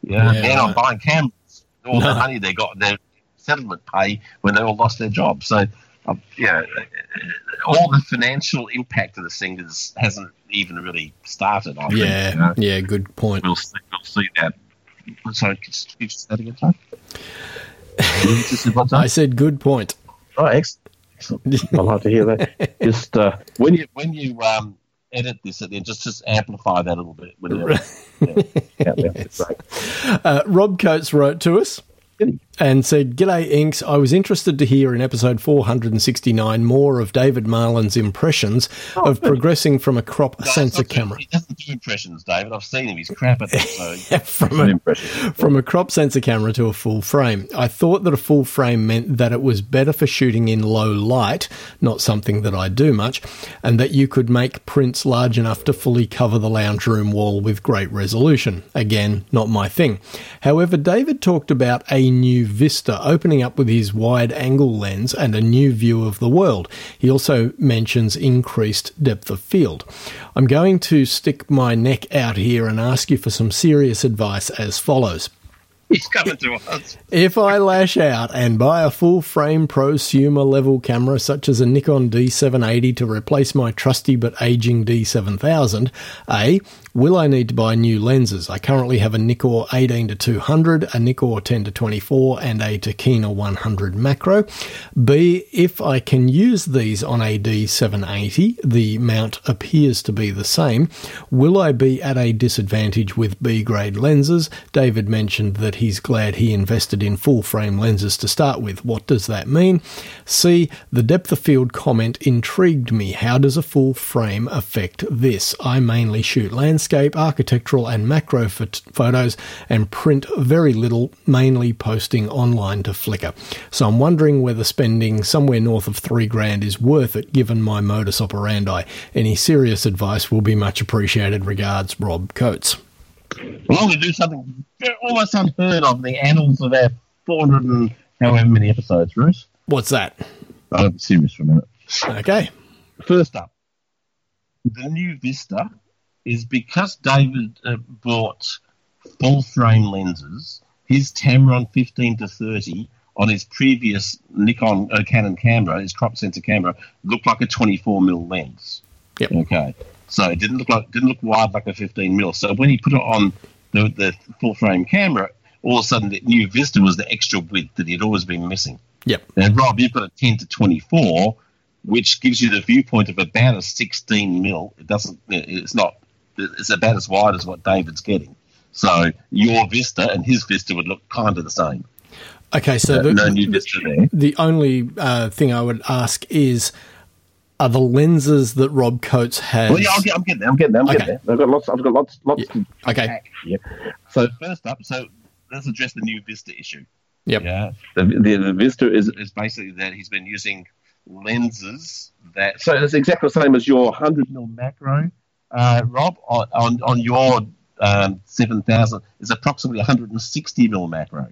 S3: You know?
S2: Yeah,
S3: They're
S2: right.
S3: not buying cameras. All
S2: No.
S3: the money they got, their settlement pay, when they all lost their jobs. So, um, yeah, eh, eh, all the financial impact of this thing is, hasn't even really started, I think. you
S2: Yeah.
S3: know.
S2: Yeah, good point.
S3: We'll see, we'll see that. So, could you- could you say that again, sorry? This is
S2: [LAUGHS]
S3: what's
S2: I
S3: up.
S2: said good point.
S3: Oh, excellent. excellent. I'll have to hear that. Just uh, when you when you um, edit this at the end, just just amplify that a little bit. When you, yeah, yeah, yeah, right.
S2: Uh, Rob Coates wrote to us
S4: Did he?
S2: and said, G'day, Inks. I was interested to hear in episode 469 more of David Marlin's impressions of progressing from a crop [LAUGHS] sensor camera. [LAUGHS]
S3: He doesn't do impressions, David. I've seen him. He's crap at that. So
S2: from a from a crop sensor camera to a full frame. I thought that a full frame meant that it was better for shooting in low light, not something that I do much, and that you could make prints large enough to fully cover the lounge room wall with great resolution. Again, not my thing. However, David talked about a new vista opening up with his wide angle lens and a new view of the world. He also mentions increased depth of field. I'm going to stick my neck out here and ask you for some serious advice as follows.
S3: he's coming to us.
S2: If I lash out and buy a full frame prosumer level camera such as a Nikon D780 to replace my trusty but aging D7000, A, will I need to buy new lenses? I currently have a Nikkor 18 to 200, a Nikkor 10 to 24 and a Takina 100 macro. B, if I can use these on a D780, the mount appears to be the same, will I be at a disadvantage with B grade lenses? David mentioned that he's glad he invested in full frame lenses to start with. What does that mean? C. The depth of field comment intrigued me. How does a full frame affect this? I mainly shoot landscape, architectural, and macro phot- photos and print very little, mainly posting online to Flickr. So I'm wondering whether spending somewhere north of three grand is worth it given my modus operandi. Any serious advice will be much appreciated. Regards, Rob Coates.
S3: Well, I'm going to do something very- almost unheard of in the annals of our 400 and however many episodes, Bruce.
S2: What's that?
S3: I'll be serious for a minute.
S2: Okay.
S3: First up, the new Vista is because David uh, bought full frame lenses, his Tamron 15 to 30 on his previous Nikon uh, Canon camera, his crop sensor camera, looked like a 24 mil lens.
S2: Yep.
S3: Okay. So it didn't look like didn't look wide like a 15 mil. So when he put it on the, the full frame camera, all of a sudden the new Vista was the extra width that he'd always been missing.
S2: Yep.
S3: And Rob, you've got a 10 to 24, which gives you the viewpoint of about a 16 mil. It doesn't, it's not, it's about as wide as what David's getting. So your Vista and his Vista would look kind of the same.
S2: Okay. So
S3: Uh, No new
S2: the,
S3: Vista there.
S2: the only uh, thing I would ask is, are the lenses that Rob Coates has?
S3: Well, yeah, I'll get, I'm getting there. I'm getting there. I'm
S2: Okay.
S3: getting there. I've got lots. I've got lots. Lots. to
S2: okay.
S3: unpack here. So first up, so let's address the new Vista issue.
S2: Yep.
S3: Yeah. The, the, the Vista is, is basically that he's been using lenses that. So it's exactly the same as your 100 mil macro, uh, Rob, on, on, on your um, 7000 is approximately 160 mil macro.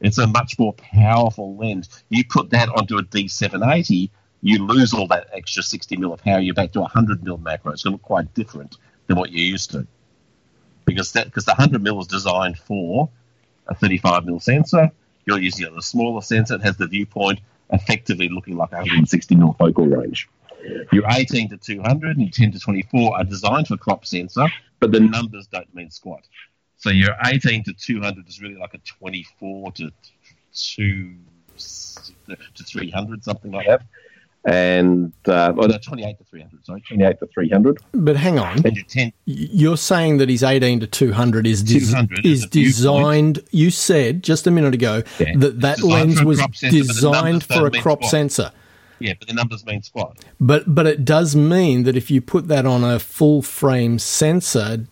S3: It's a much more powerful lens. You put that onto a D780, you lose all that extra 60 mil of power. You're back to 100 mil macro. It's going to look quite different than what you're used to because that because the 100 mil is designed for a 35 mil sensor. You're using a smaller sensor that has the viewpoint effectively looking like a 160 mil focal range. Your 18 to 200 and your 10 to 24 are designed for crop sensor, but the numbers don't mean squat. So your 18 to 200 is really like a 24 to two to 300 something like that. And uh, oh no, 28 to 300. Sorry, 28 to 300.
S2: But hang on.
S3: And your 10
S2: You're saying that his 18 to 200 is des-
S3: 200
S2: is
S3: is a viewpoint.
S2: designed. You said just a minute ago
S3: Yeah.
S2: that that
S3: Designed for
S2: lens
S3: a
S2: was
S3: crop sensor, but the
S2: designed
S3: numbers
S2: for a
S3: don't mean
S2: crop
S3: squat.
S2: sensor.
S3: yeah, but the numbers mean squat.
S2: But but it does mean that if you put that on a full frame sensor,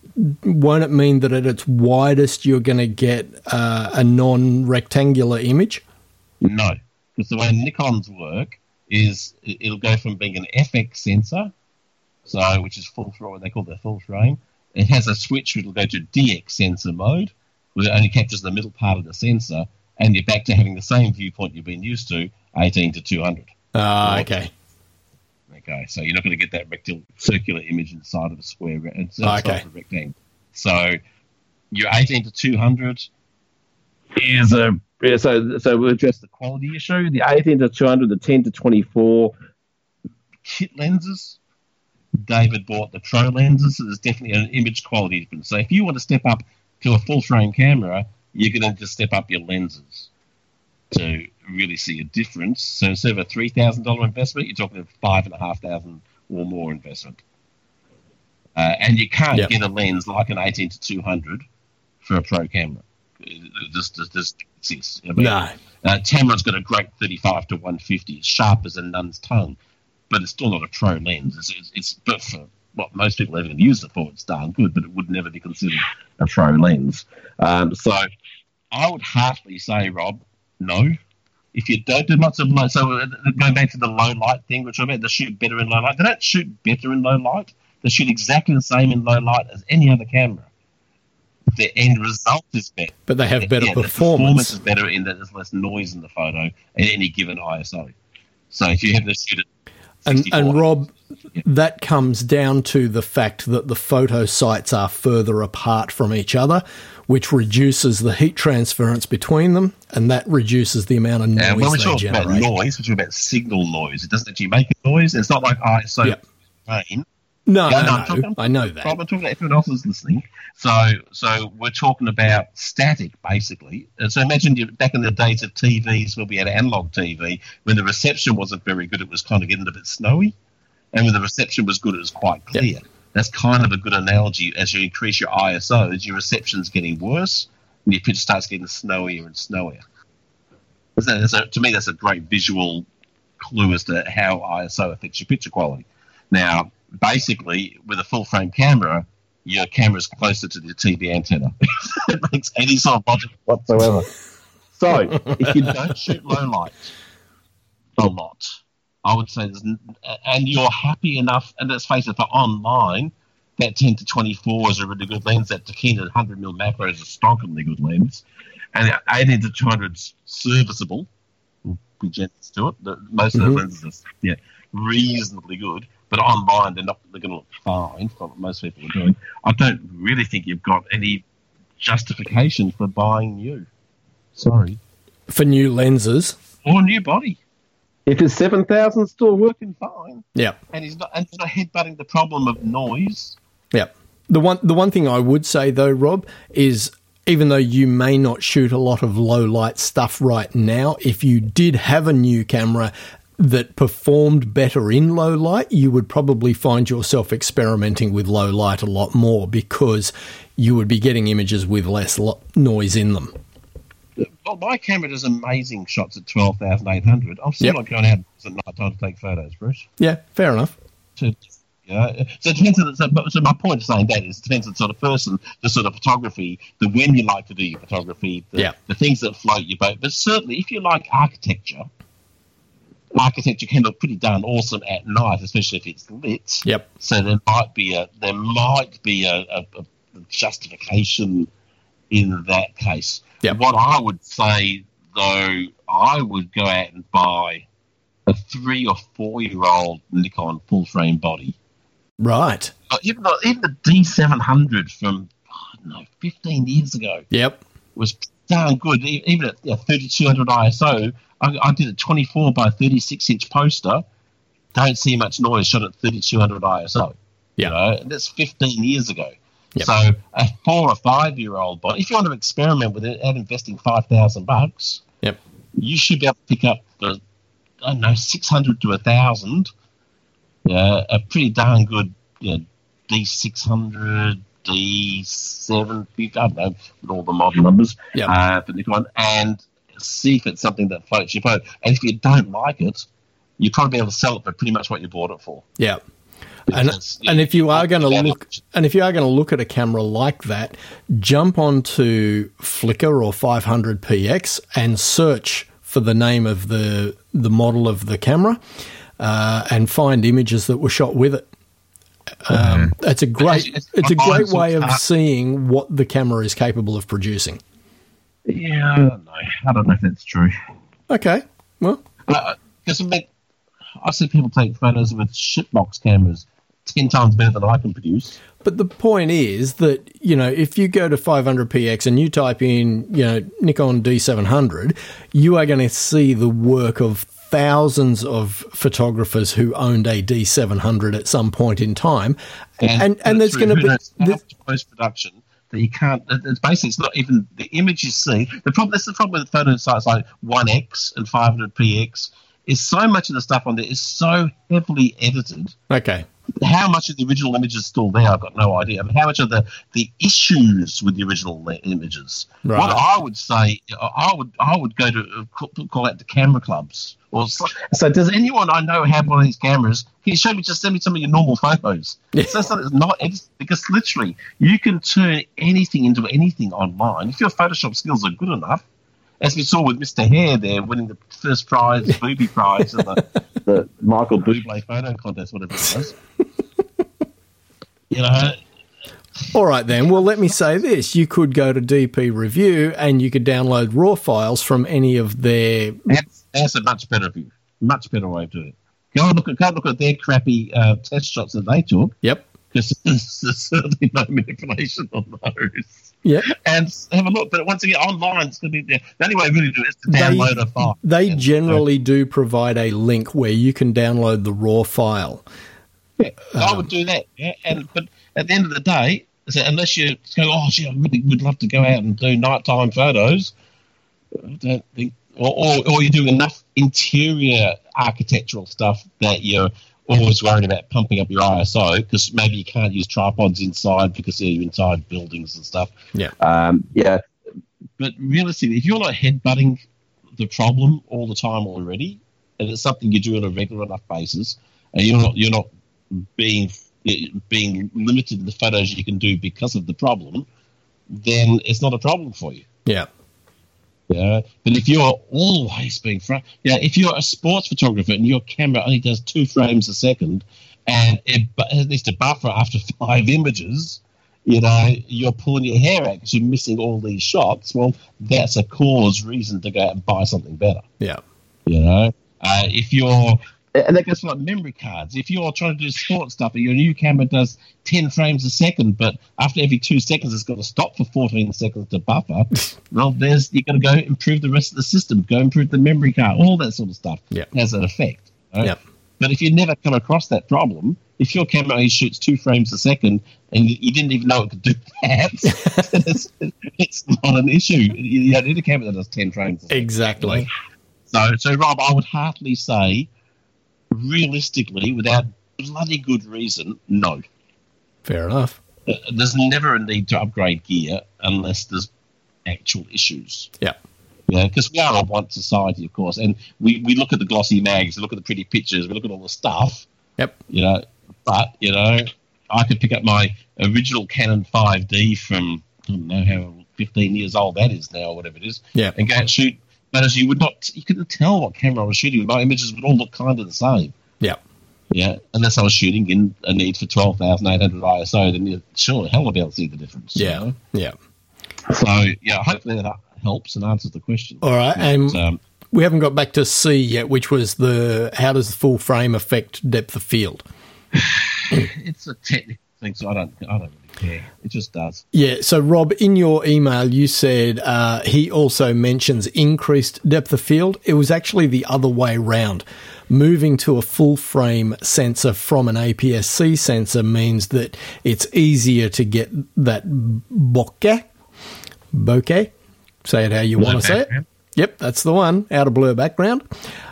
S2: won't it mean that at its widest you're going to get uh, a non rectangular image?
S3: No, because the way Nikon's work is it- it'll go from being an FX sensor, so which is full frame, what they call the full frame. It has a switch which will go to DX sensor mode, where it only captures the middle part of the sensor, and you're back to having the same viewpoint you've been used to, 18 to 200.
S2: Ah,
S3: Right.
S2: okay,
S3: Okay, so you're not going to get that rectil- circular image inside of a square re- inside
S2: Okay.
S3: of a rectangle. So your 18 to 200 is a yeah, so so we'll address the quality issue. The 18 to 200, the 10 to 24 kit lenses. David bought the pro lenses, so there's definitely an image quality difference. So if you want to step up to a full frame camera, you're going to just step up your lenses to really see a difference. So instead of a three thousand dollar investment, you're talking a five and a half thousand or more investment. Uh, and you can't
S2: Yep.
S3: get a lens like an eighteen to two hundred for a pro camera. It just just, just exists. I mean,
S2: no,
S3: uh, Tamron's got a great 35 to 150, It's sharp as a nun's tongue, but it's still not a pro lens. It's, it's, it's but for what most people haven't used it for, it's darn good, but it would never be considered a pro lens. Um, so I would heartily say, Rob, no. If you don't do lots of low, so uh, going back to the low light thing, which I meant, they shoot better in low light. They don't shoot better in low light. They shoot exactly the same in low light as any other camera. The end result is better
S2: but they have better
S3: yeah, the
S2: performance.
S3: is better in that there's less noise in the photo at any given ISO. So if you have to shoot it,
S2: And, and Rob, that comes down to the fact that the photo sites are further apart from each other, which reduces the heat transference between them, and that reduces the amount of noise
S3: and when we
S2: they
S3: talk about
S2: generate.
S3: noise, we talk about signal noise. It doesn't actually make a noise. It's not like ISO
S2: Yeah.
S3: plane.
S2: no,
S3: Yeah,
S2: no,
S3: no, I'm
S2: no,
S3: talking-
S2: I know
S3: Rob,
S2: that.
S3: I'm talking about everyone else is listening. So, so we're talking about static, basically. And So imagine you back in the days of TVs, where we had analog TV, when the reception wasn't very good, it was kind of getting a bit snowy, and when the reception was good, it was quite clear. That's kind of a good analogy. As you increase your ISOs, your reception's getting worse, and your pitch starts getting snowier and snowier. So, so to me, that's a great visual clue as to how ISO affects your picture quality. Now, basically, with a full frame camera, your camera's closer to the TV antenna. [LAUGHS] it makes any sort of logic whatsoever. so, if you don't shoot low light a lot, I would say, there's, n- and you're happy enough, and let's face it, for online, that 10 to 24 is a really good lens. That 10 to 100 mil macro is a stonkingly good lens. And that 18 to 200 is serviceable. Be generous to it. The, most of the lenses are yeah, reasonably good, but online they're not they're going to look fine for what most people are doing. I don't really think you've got any justification for buying new. Sorry.
S2: for new lenses.
S3: Or new body. If his 7,000 still working fine,
S2: Yeah.
S3: and he's not, and he's not headbutting the problem of noise.
S2: Yeah. The one the one thing I would say though, Rob, is even though you may not shoot a lot of low light stuff right now, if you did have a new camera that performed better in low light, you would probably find yourself experimenting with low light a lot more because you would be getting images with less lo- noise in them.
S3: Well, my camera does amazing shots at 12,800. I'm still
S2: Yep.
S3: not going out at night time to take photos, Bruce.
S2: Yeah, fair enough.
S3: To, you know, so, it depends on, so, so my point of saying that is it depends on the sort of person, the sort of photography, the when you like to do your photography, the,
S2: Yeah.
S3: the things that float your boat. But certainly, if you like architecture, architecture can look pretty darn awesome at night, especially if it's lit.
S2: Yep.
S3: So there might be a there might be a, a, a justification in that case.
S2: Yep.
S3: What I would say though, I would go out and buy a three or four year old Nikon full frame body.
S2: Right.
S3: Uh, Even the, even the D seven hundred from I don't know fifteen years ago
S2: Yep.
S3: was darn good. E- Even at you know, 3200 ISO, I, I did a 24 by 36 inch poster. Don't see much noise shot at 3200 ISO.
S2: Yeah.
S3: You know, and that's 15 years ago.
S2: Yep.
S3: So a four or five year old body, if you want to experiment with it and investing 5,000 bucks,
S2: Yep.
S3: you should be able to pick up the, I don't know, 600 to 1,000, yeah, a pretty darn good you know, D600, D750, I don't know, with all the model numbers
S2: Yep.
S3: uh, for Nikon, and see if it's something that floats your boat. And if you don't like it, you'll probably be able to sell it for pretty much what you bought it for.
S2: Yeah. And,
S3: Because,
S2: and if you are going to
S3: Yeah.
S2: look and if you are going to look at a camera like that, jump onto Flickr or 500px and search for the name of the the model of the camera uh, and find images that were shot with it. Um, It's a great
S3: Mm-hmm. It's-
S2: it's
S3: it's
S2: a great
S3: online,
S2: way
S3: so
S2: of
S3: it's-
S2: seeing what the camera is capable of producing.
S3: Yeah, I don't know. I don't know if that's true. uh,
S2: Okay, well,
S3: Because I mean, I see people take photos with shitbox cameras ten times better than I can produce.
S2: But the point is that, you know, if you go to 500px and you type in, you know, Nikon D700, you are going to see the work of thousands of photographers who owned a D700 at some point in time. And, and, there's
S3: through
S2: going to
S3: who
S2: be.
S3: knows how
S2: th-
S3: much post-production that you can't. it- It's basically it's not even the image you see. The problem that's the problem with photo sites like One X and five hundred PX is so much of the stuff on there is so heavily edited.
S2: okay.
S3: How much of the original image is still there? I've got no idea. I mean, how much of the, the issues with the original le- images?
S2: Right.
S3: What I would say, I would I would go to uh, ca- call out the camera clubs. Or so, so does anyone I know have one of these cameras? Can you show me? Just send me some of your normal photos.
S2: Yeah.
S3: So that's not, it's not it's, because literally you can turn anything into anything online if your Photoshop skills are good enough. As we saw with Mr. Hare there winning the first prize, booby prize, and the, the Michael Bublé photo contest, whatever it was. you know,
S2: All right, then. Well, let me say this. You could go to DP Review and you could download raw files from any of their.
S3: that's, that's a much better view, much better way of doing it. Go and look at go and look at their crappy uh, test shots that they took
S2: Yep.
S3: because [LAUGHS] there's certainly no manipulation on those.
S2: Yep.
S3: And s- have a look, but once again, online it's going to be there. The only way really to do it is to download a file.
S2: They
S3: And so-
S2: generally do provide a link where you can download the raw file.
S3: I would do that. Yeah? And but at the end of the day, so unless you just go, oh, gee, I really would love to go out and do nighttime photos. I don't think, or, or or you do enough interior architectural stuff that you're always worried about pumping up your ISO because maybe you can't use tripods inside because they're inside buildings and stuff.
S2: Yeah.
S3: Um, yeah. But realistically, if you're not headbutting the problem all the time already, and it's something you do on a regular enough basis, and you're not you're not being being limited in the photos you can do because of the problem, then it's not a problem for you.
S2: Yeah.
S3: Yeah, but if you're always being fra- yeah, if you're a sports photographer and your camera only does two frames a second, and it, bu- it needs to buffer after [LAUGHS] five images. You know, you're pulling your hair out because you're missing all these shots. Well, that's a cause reason to go out and buy something better.
S2: Yeah.
S3: You know, uh, if you're and that goes for like memory cards. If you're trying to do sport stuff, your new camera does ten frames a second, but after every two seconds, it's got to stop for fourteen seconds
S2: [LAUGHS]
S3: to buffer. well, there's you're going to go improve the rest of the system, go improve the memory card, all that sort of stuff
S2: Yeah.
S3: has an effect. right?
S2: Yeah.
S3: But if you never come across that problem, if your camera only shoots two frames a second and you, you didn't even know it could do [LAUGHS] that, [LAUGHS] then it's, it's not an issue. You, you don't need a camera that does ten frames. A second.
S2: Exactly.
S3: So, so Rob, I would heartily say, realistically, without bloody good reason, no.
S2: Fair enough.
S3: Uh, There's never a need to upgrade gear unless there's actual issues.
S2: Yeah.
S3: Yeah, because we are a want society, of course, and we, we look at the glossy mags, we look at the pretty pictures, we look at all the stuff,
S2: Yep.
S3: you know. But you know, I could pick up my original Canon 5D from I don't know how 15 years old that is now, or whatever it is,
S2: Yeah.
S3: and go and shoot. But as you would not, you couldn't tell what camera I was shooting. with. My images would all look kind of the same.
S2: Yeah.
S3: Yeah, unless I was shooting in a need for 12,800 ISO, then you sure, hell of a see the difference. you
S2: Yeah.
S3: know?
S2: Yeah.
S3: So yeah, hopefully that helps and answers the question.
S2: All right. And
S3: But, um,
S2: we haven't got back to C yet, which was the how does the full frame affect depth of field?
S3: it's a technical thing, so I don't, I don't really care. It just does.
S2: Yeah. So, Rob, in your email, you said uh, he also mentions increased depth of field. It was actually the other way round. Moving to a full frame sensor from an APS C sensor means that it's easier to get that bokeh. Bokeh. Say it how you want to say it.
S3: background.
S2: Yep, that's the one. Out of blur background.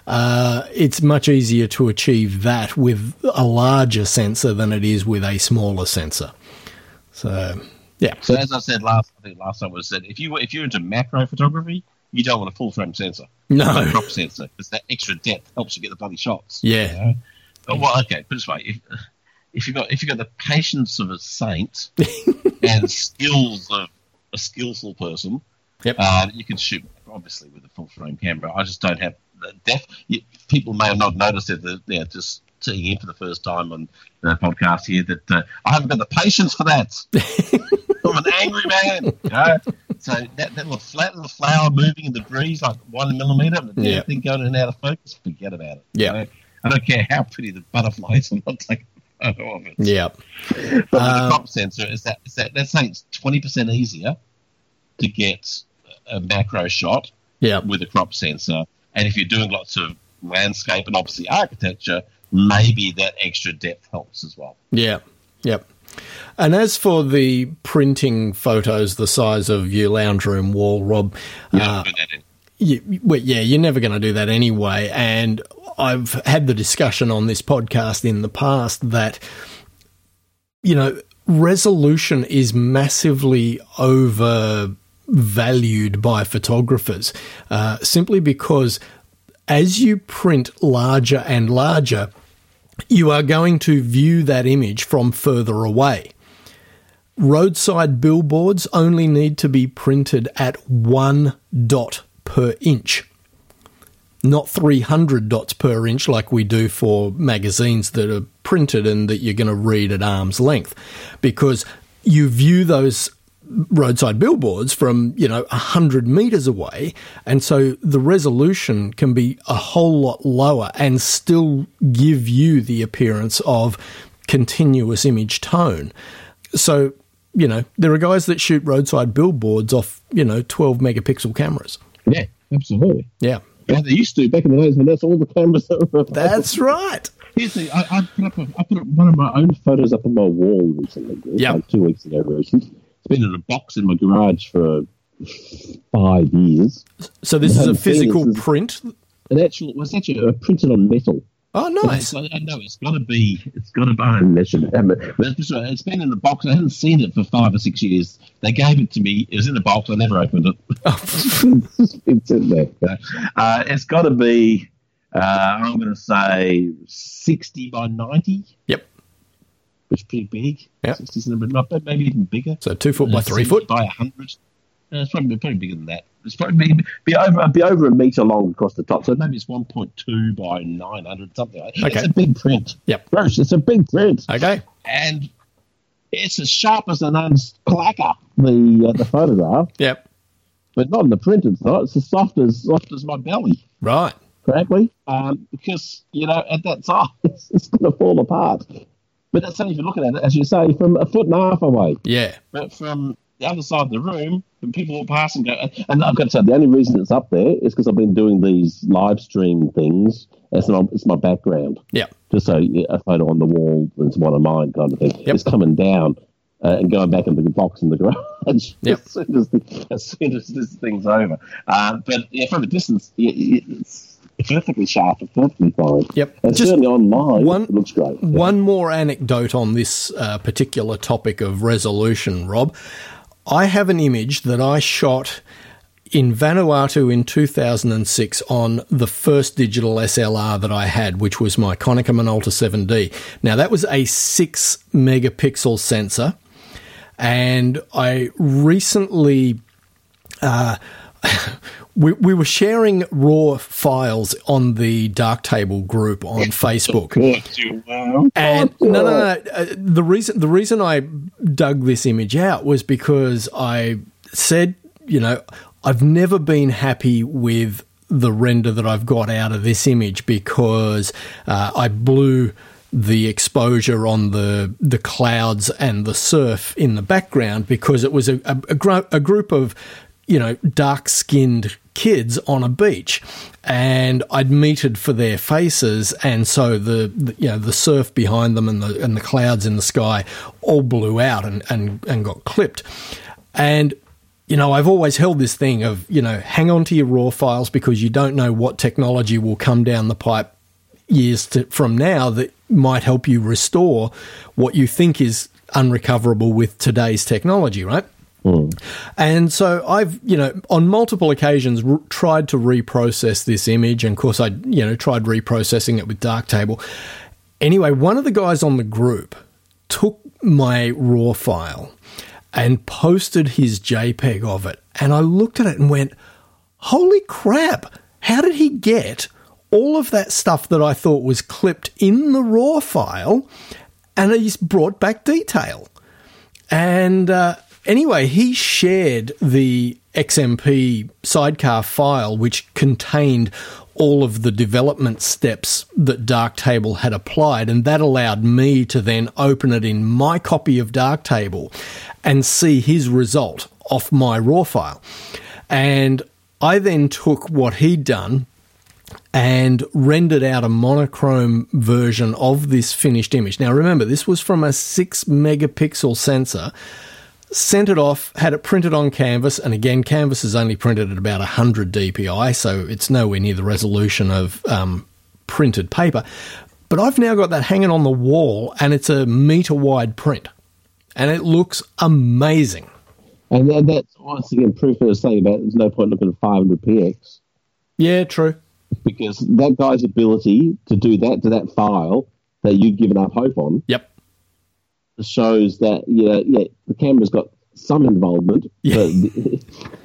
S2: Uh, it's much easier to achieve that with a larger sensor than it is with a smaller sensor. So, yeah.
S3: So as I said last, I think last time was said, if you if you're into macro photography, you don't want a full frame sensor,
S2: [LAUGHS] No.
S3: a crop sensor, because that extra depth helps you get the bloody shots.
S2: Yeah.
S3: you know? But, Oh, well, okay, put it this way: if if you got if you got the patience of
S2: [LAUGHS]
S3: a saint and skills of a skillful person,
S2: Yep.
S3: uh, you can shoot obviously with a full frame camera. I just don't have the depth. You, people may have not noticed it. They're, they're just seeing in for the first time on the podcast here that uh, I haven't got the patience
S2: [LAUGHS]
S3: for that. I'm an angry man. you know? So that, that little flat little flower moving in the breeze like one millimeter, and the damn
S2: Yeah.
S3: thing going in and out of focus, forget about it.
S2: Yeah.
S3: You know? I don't care how pretty the butterfly [LAUGHS] is, I'm not taking a photo of it.
S2: Yeah.
S3: But uh, with
S2: Um,
S3: the crop sensor, is that, is that that's saying it's 20% easier to get a macro shot
S2: Yeah.
S3: with a crop sensor. And if you're doing lots of landscape and obviously architecture, maybe that extra depth helps as well.
S2: Yeah. Yep. And as for the printing photos the size of your lounge room wall, Rob,
S3: You
S2: uh,
S3: don't put that in.
S2: you, well, yeah, you're never going to do that anyway. And I've had the discussion on this podcast in the past that, you know, resolution is massively overvalued by photographers uh, simply because as you print larger and larger, you are going to view that image from further away. Roadside billboards only need to be printed at one dot per inch, not 300 dots per inch like we do for magazines that are printed and that you're going to read at arm's length, because you view those roadside billboards from you know 100 meters away and so the resolution can be a whole lot lower and still give you the appearance of continuous image tone so you know there are guys that shoot roadside billboards off you know 12 megapixel cameras
S3: Yeah, absolutely.
S2: yeah
S3: Yeah, they used to back in the days when that's all the cameras [LAUGHS] that
S2: [LAUGHS]
S3: were.
S2: that's right
S3: Here's the, I, I, put up a, I put up one of my own photos up on my wall recently.
S2: Yeah.
S3: Like two weeks ago, recently. It's been in a box in my garage for five years.
S2: so this is a
S3: Yeah,
S2: physical
S3: this is-
S2: print
S3: An actual, it was actually uh, printed on metal.
S2: oh nice
S3: I know it's got to be. It's got to be an admission. Um, but it's- It's been in the box. I hadn't seen it for five or six years. They gave it to me. It was in the box. I never opened it.
S2: Oh.
S3: [LAUGHS] it's in there. Uh, it's got to be. Uh, I'm going to say 60 by 90,
S2: yep
S3: which is pretty big.
S2: Yeah.
S3: 60 is a number, not bad, maybe even bigger.
S2: so two foot by
S3: Uh,
S2: three
S3: 70
S2: foot
S3: by 100. No, Uh, it's probably probably bigger than that. It's probably be, be over be over a metre long across the top. So maybe it's one point two by nine hundred something. Like that.
S2: Okay.
S3: It's a big print.
S2: Yep.
S3: Gross. It's a big print,
S2: Okay.
S3: and it's as sharp as an uns clacker. The uh, the photograph,
S2: Yep.
S3: but not in the print. It's not. It's as soft as soft as my belly,
S2: Right.
S3: frankly. Um, because you know at that size, [LAUGHS] it's going to fall apart. But that's only if you're looking at it, as you say, from a foot and a half away
S2: Yeah.
S3: but from the other side of the room, when people walk past and go, and I've got to say, the only reason it's up there is because I've been doing these live stream things. It's my, it's my background,
S2: Yep.
S3: just so yeah, a photo on the wall is one of mine kind of thing.
S2: Yep.
S3: It's coming down uh, and going back into the box in the garage [LAUGHS]
S2: Yep.
S3: as, soon as, the, as soon as this thing's over. Uh, but yeah, from a distance, yeah, yeah, it's perfectly sharp, it's perfectly fine.
S2: Yep.
S3: And
S2: Just
S3: certainly online,
S2: one-
S3: it looks great.
S2: One more anecdote on this uh, particular topic of resolution, Rob. I have an image that I shot in Vanuatu in 2006 on the first digital SLR that I had, which was my Konica Minolta 7D. Now, that was a 6 megapixel sensor, and I recently uh, [LAUGHS] we, we were sharing raw files on the Darktable group on Facebook. And no, no, no. Uh, the reason the reason I dug this image out was because I said, you know, I've never been happy with the render that I've got out of this image because uh, I blew the exposure on the the clouds and the surf in the background because it was a a, a, gro- a group of you know, dark skinned kids on a beach. And I'd metered for their faces, and so the, the you know the surf behind them and the and the clouds in the sky all blew out and and, and got clipped. And you know, I've always held this thing of you know hang on to your raw files because you don't know what technology will come down the pipe years to, from now that might help you restore what you think is unrecoverable with today's technology, right? And so I've, you know, on multiple occasions r- tried to reprocess this image. And of course, I, you know, tried reprocessing it with Darktable. Anyway, one of the guys on the group took my raw file and posted his JPEG of it. And I looked at it and went, holy crap, how did he get all of that stuff that I thought was clipped in the raw file and he's brought back detail? And uh, anyway, he shared the XMP sidecar file, which contained all of the development steps that Darktable had applied. And that allowed me to then open it in my copy of Darktable and see his result off my raw file. And I then took what he'd done and rendered out a monochrome version of this finished image. Now, remember, this was from a six megapixel sensor, sent it off, had it printed on canvas, and again, canvas is only printed at about 100 dpi, so it's nowhere near the resolution of um, printed paper. But I've now got that hanging on the wall, and it's a meter wide print, and it looks amazing.
S3: And that, that's once again proof of was saying about there's no point looking at 500 px.
S2: Yeah, true.
S3: because that guy's ability to do that to that file that you've given up hope on
S2: Yep.
S3: shows that you know yeah the camera's got some involvement but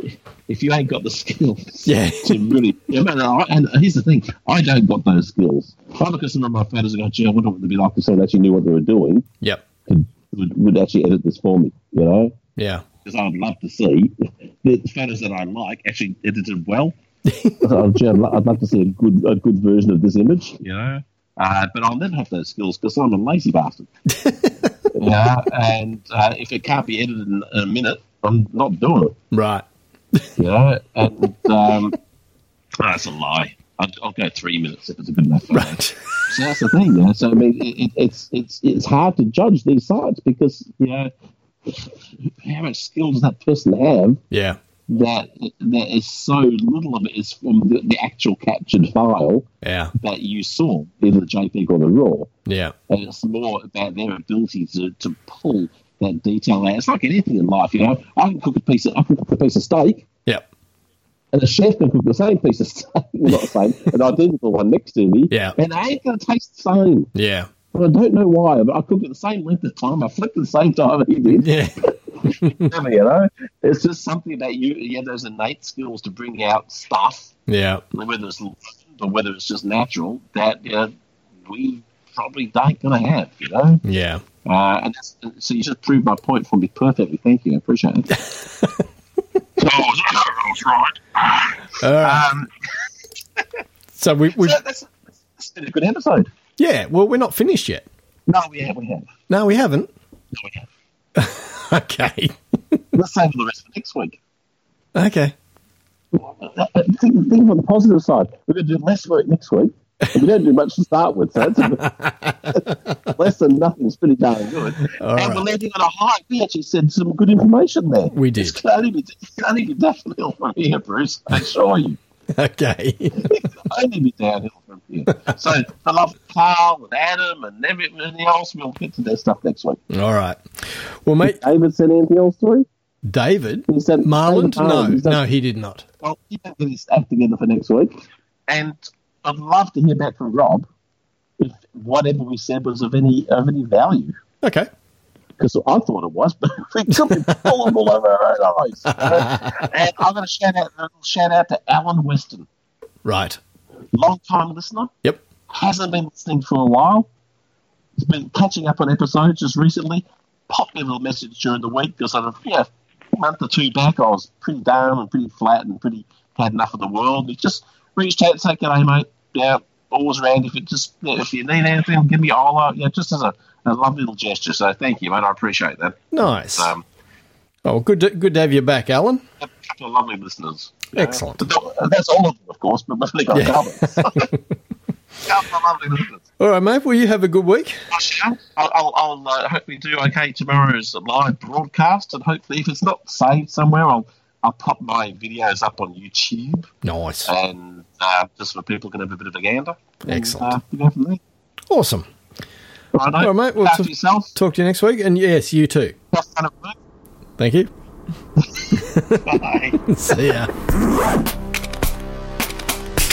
S3: [LAUGHS] if you ain't got the skills
S2: Yeah.
S3: to really yeah, man, I- and here's the thing I don't got those skills I look at some of my photos and go gee I wonder what it'd be like if someone actually knew what they were doing
S2: Yep.
S3: could, would, would actually edit this for me you know
S2: Yeah.
S3: because I'd love to see the photos that I like actually edited well. I'd, I'd lo- I'd love to see a good a good version of this image. You know, uh, but I'll never have those skills because I'm a lazy [LAUGHS] bastard. yeah, and uh, if it can't be edited in a minute, I'm not doing it.
S2: Right. [LAUGHS]
S3: You know, and um, [LAUGHS] that's a lie. I'll, I'll go three minutes if it's a good enough. photo.
S2: Right.
S3: So that's the thing, you know. So I mean, it, it, it's it's it's hard to judge these sites because you know how much skill does that person have
S2: Yeah.
S3: that there is so little of it is from the, the actual captured file
S2: Yeah.
S3: that you saw, either the JPEG or the RAW.
S2: Yeah.
S3: And it's more about their ability to, to pull that detail out. It's like anything in life, you know. I can cook a piece of I can cook a piece of steak,
S2: Yep.
S3: and a chef can cook the same piece of steak, [LAUGHS] well, not the same, an identical one next to me,
S2: Yeah.
S3: and they ain't going to taste the same.
S2: Yeah.
S3: But I don't know why. But I cooked at the same length of time. I flipped at the same time he did.
S2: Yeah.
S3: you know, it's just something that you you have those innate skills to bring out stuff,
S2: Yeah.
S3: whether it's learned or whether it's just natural that uh, we probably don't gonna have, you know.
S2: Yeah.
S3: Uh, and that's, so you just proved my point for me perfectly. Thank you, I
S2: [LAUGHS]
S3: appreciate it. so I was, I was right.
S2: All right.
S3: Um,
S2: so we, we
S3: so that's, that's been a good episode.
S2: yeah. Well, we're not finished yet.
S3: No, we have, we have, no,
S2: No, we haven't.
S3: we have.
S2: Okay.
S3: Let's save the rest for next week. Uh,
S2: Okay.
S4: Think, think on the positive side. We're going to do less work next week. And we don't do much to start with, so
S3: [LAUGHS]
S4: it's less than nothing is pretty darn good.
S2: All
S3: and
S2: right.
S3: we're landing on a high. We actually said some good information there.
S2: We did.
S3: It's can only be, it can only be downhill from here, Bruce. I assure you.
S2: Okay. [LAUGHS]
S3: It can only be downhill from here. So I love Carl and Adam and everything else. We'll get to that stuff next week.
S2: All right. Well, mate,
S4: David said anything else to him?
S2: David
S4: He said
S2: Marland.
S4: David
S2: No,
S4: Marland. He said-
S2: no, he did not.
S3: Well, we can get his act together for next week. And I'd love to hear back from Rob if whatever we said was of any of any value.
S2: Okay.
S3: because I thought it was, but [LAUGHS] we could be pulling all over our own
S4: [LAUGHS]
S3: eyes. and I'm going to shout out, a little shout out to Alan Weston,
S2: Right.
S3: long time listener,
S2: Yep.
S3: hasn't been listening for a while. He's been catching up on episodes just recently. Popped me a little message during the week because I, you know, a month or two back, I was pretty down and pretty flat and pretty had enough of the world. He just reached out and said, "G'day, mate. Yeah, always around. If it just yeah, if you need anything, give me a holler. Yeah, just as a, a lovely little gesture. So thank you, mate. I appreciate that.
S2: Nice.
S3: Um,
S2: Oh, good. To, good to have you back, Alan.
S3: a couple of lovely listeners. you know.
S2: Excellent.
S3: But That's all of them, of course, but we've only got
S2: Yeah.
S3: a
S2: [LAUGHS]
S3: couple. [LAUGHS] couple of lovely listeners.
S2: All right, mate. Well, you have a good week.
S3: I shall. I'll, I'll, I'll uh, hopefully do okay tomorrow's live broadcast, and hopefully, if it's not saved somewhere, I'll I'll pop my videos up on YouTube,
S2: Nice.
S3: and uh, just for people can have a bit of a gander.
S2: Excellent.
S3: And, uh, you know, from there.
S2: Awesome.
S3: Right,
S2: All right, mate. Well,
S3: Look after
S2: t-
S3: yourself.
S2: Talk to you next week. And yes, you too.
S3: Have fun at work.
S2: Thank you.
S3: Bye.
S2: [LAUGHS] See ya.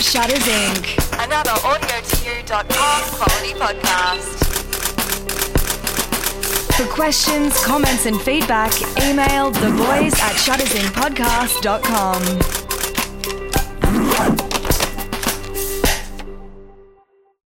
S1: Shutters Inc.
S5: Another AudioTu.com quality podcast.
S1: For questions, comments, and feedback, email the boys at shuttersincpodcast.com.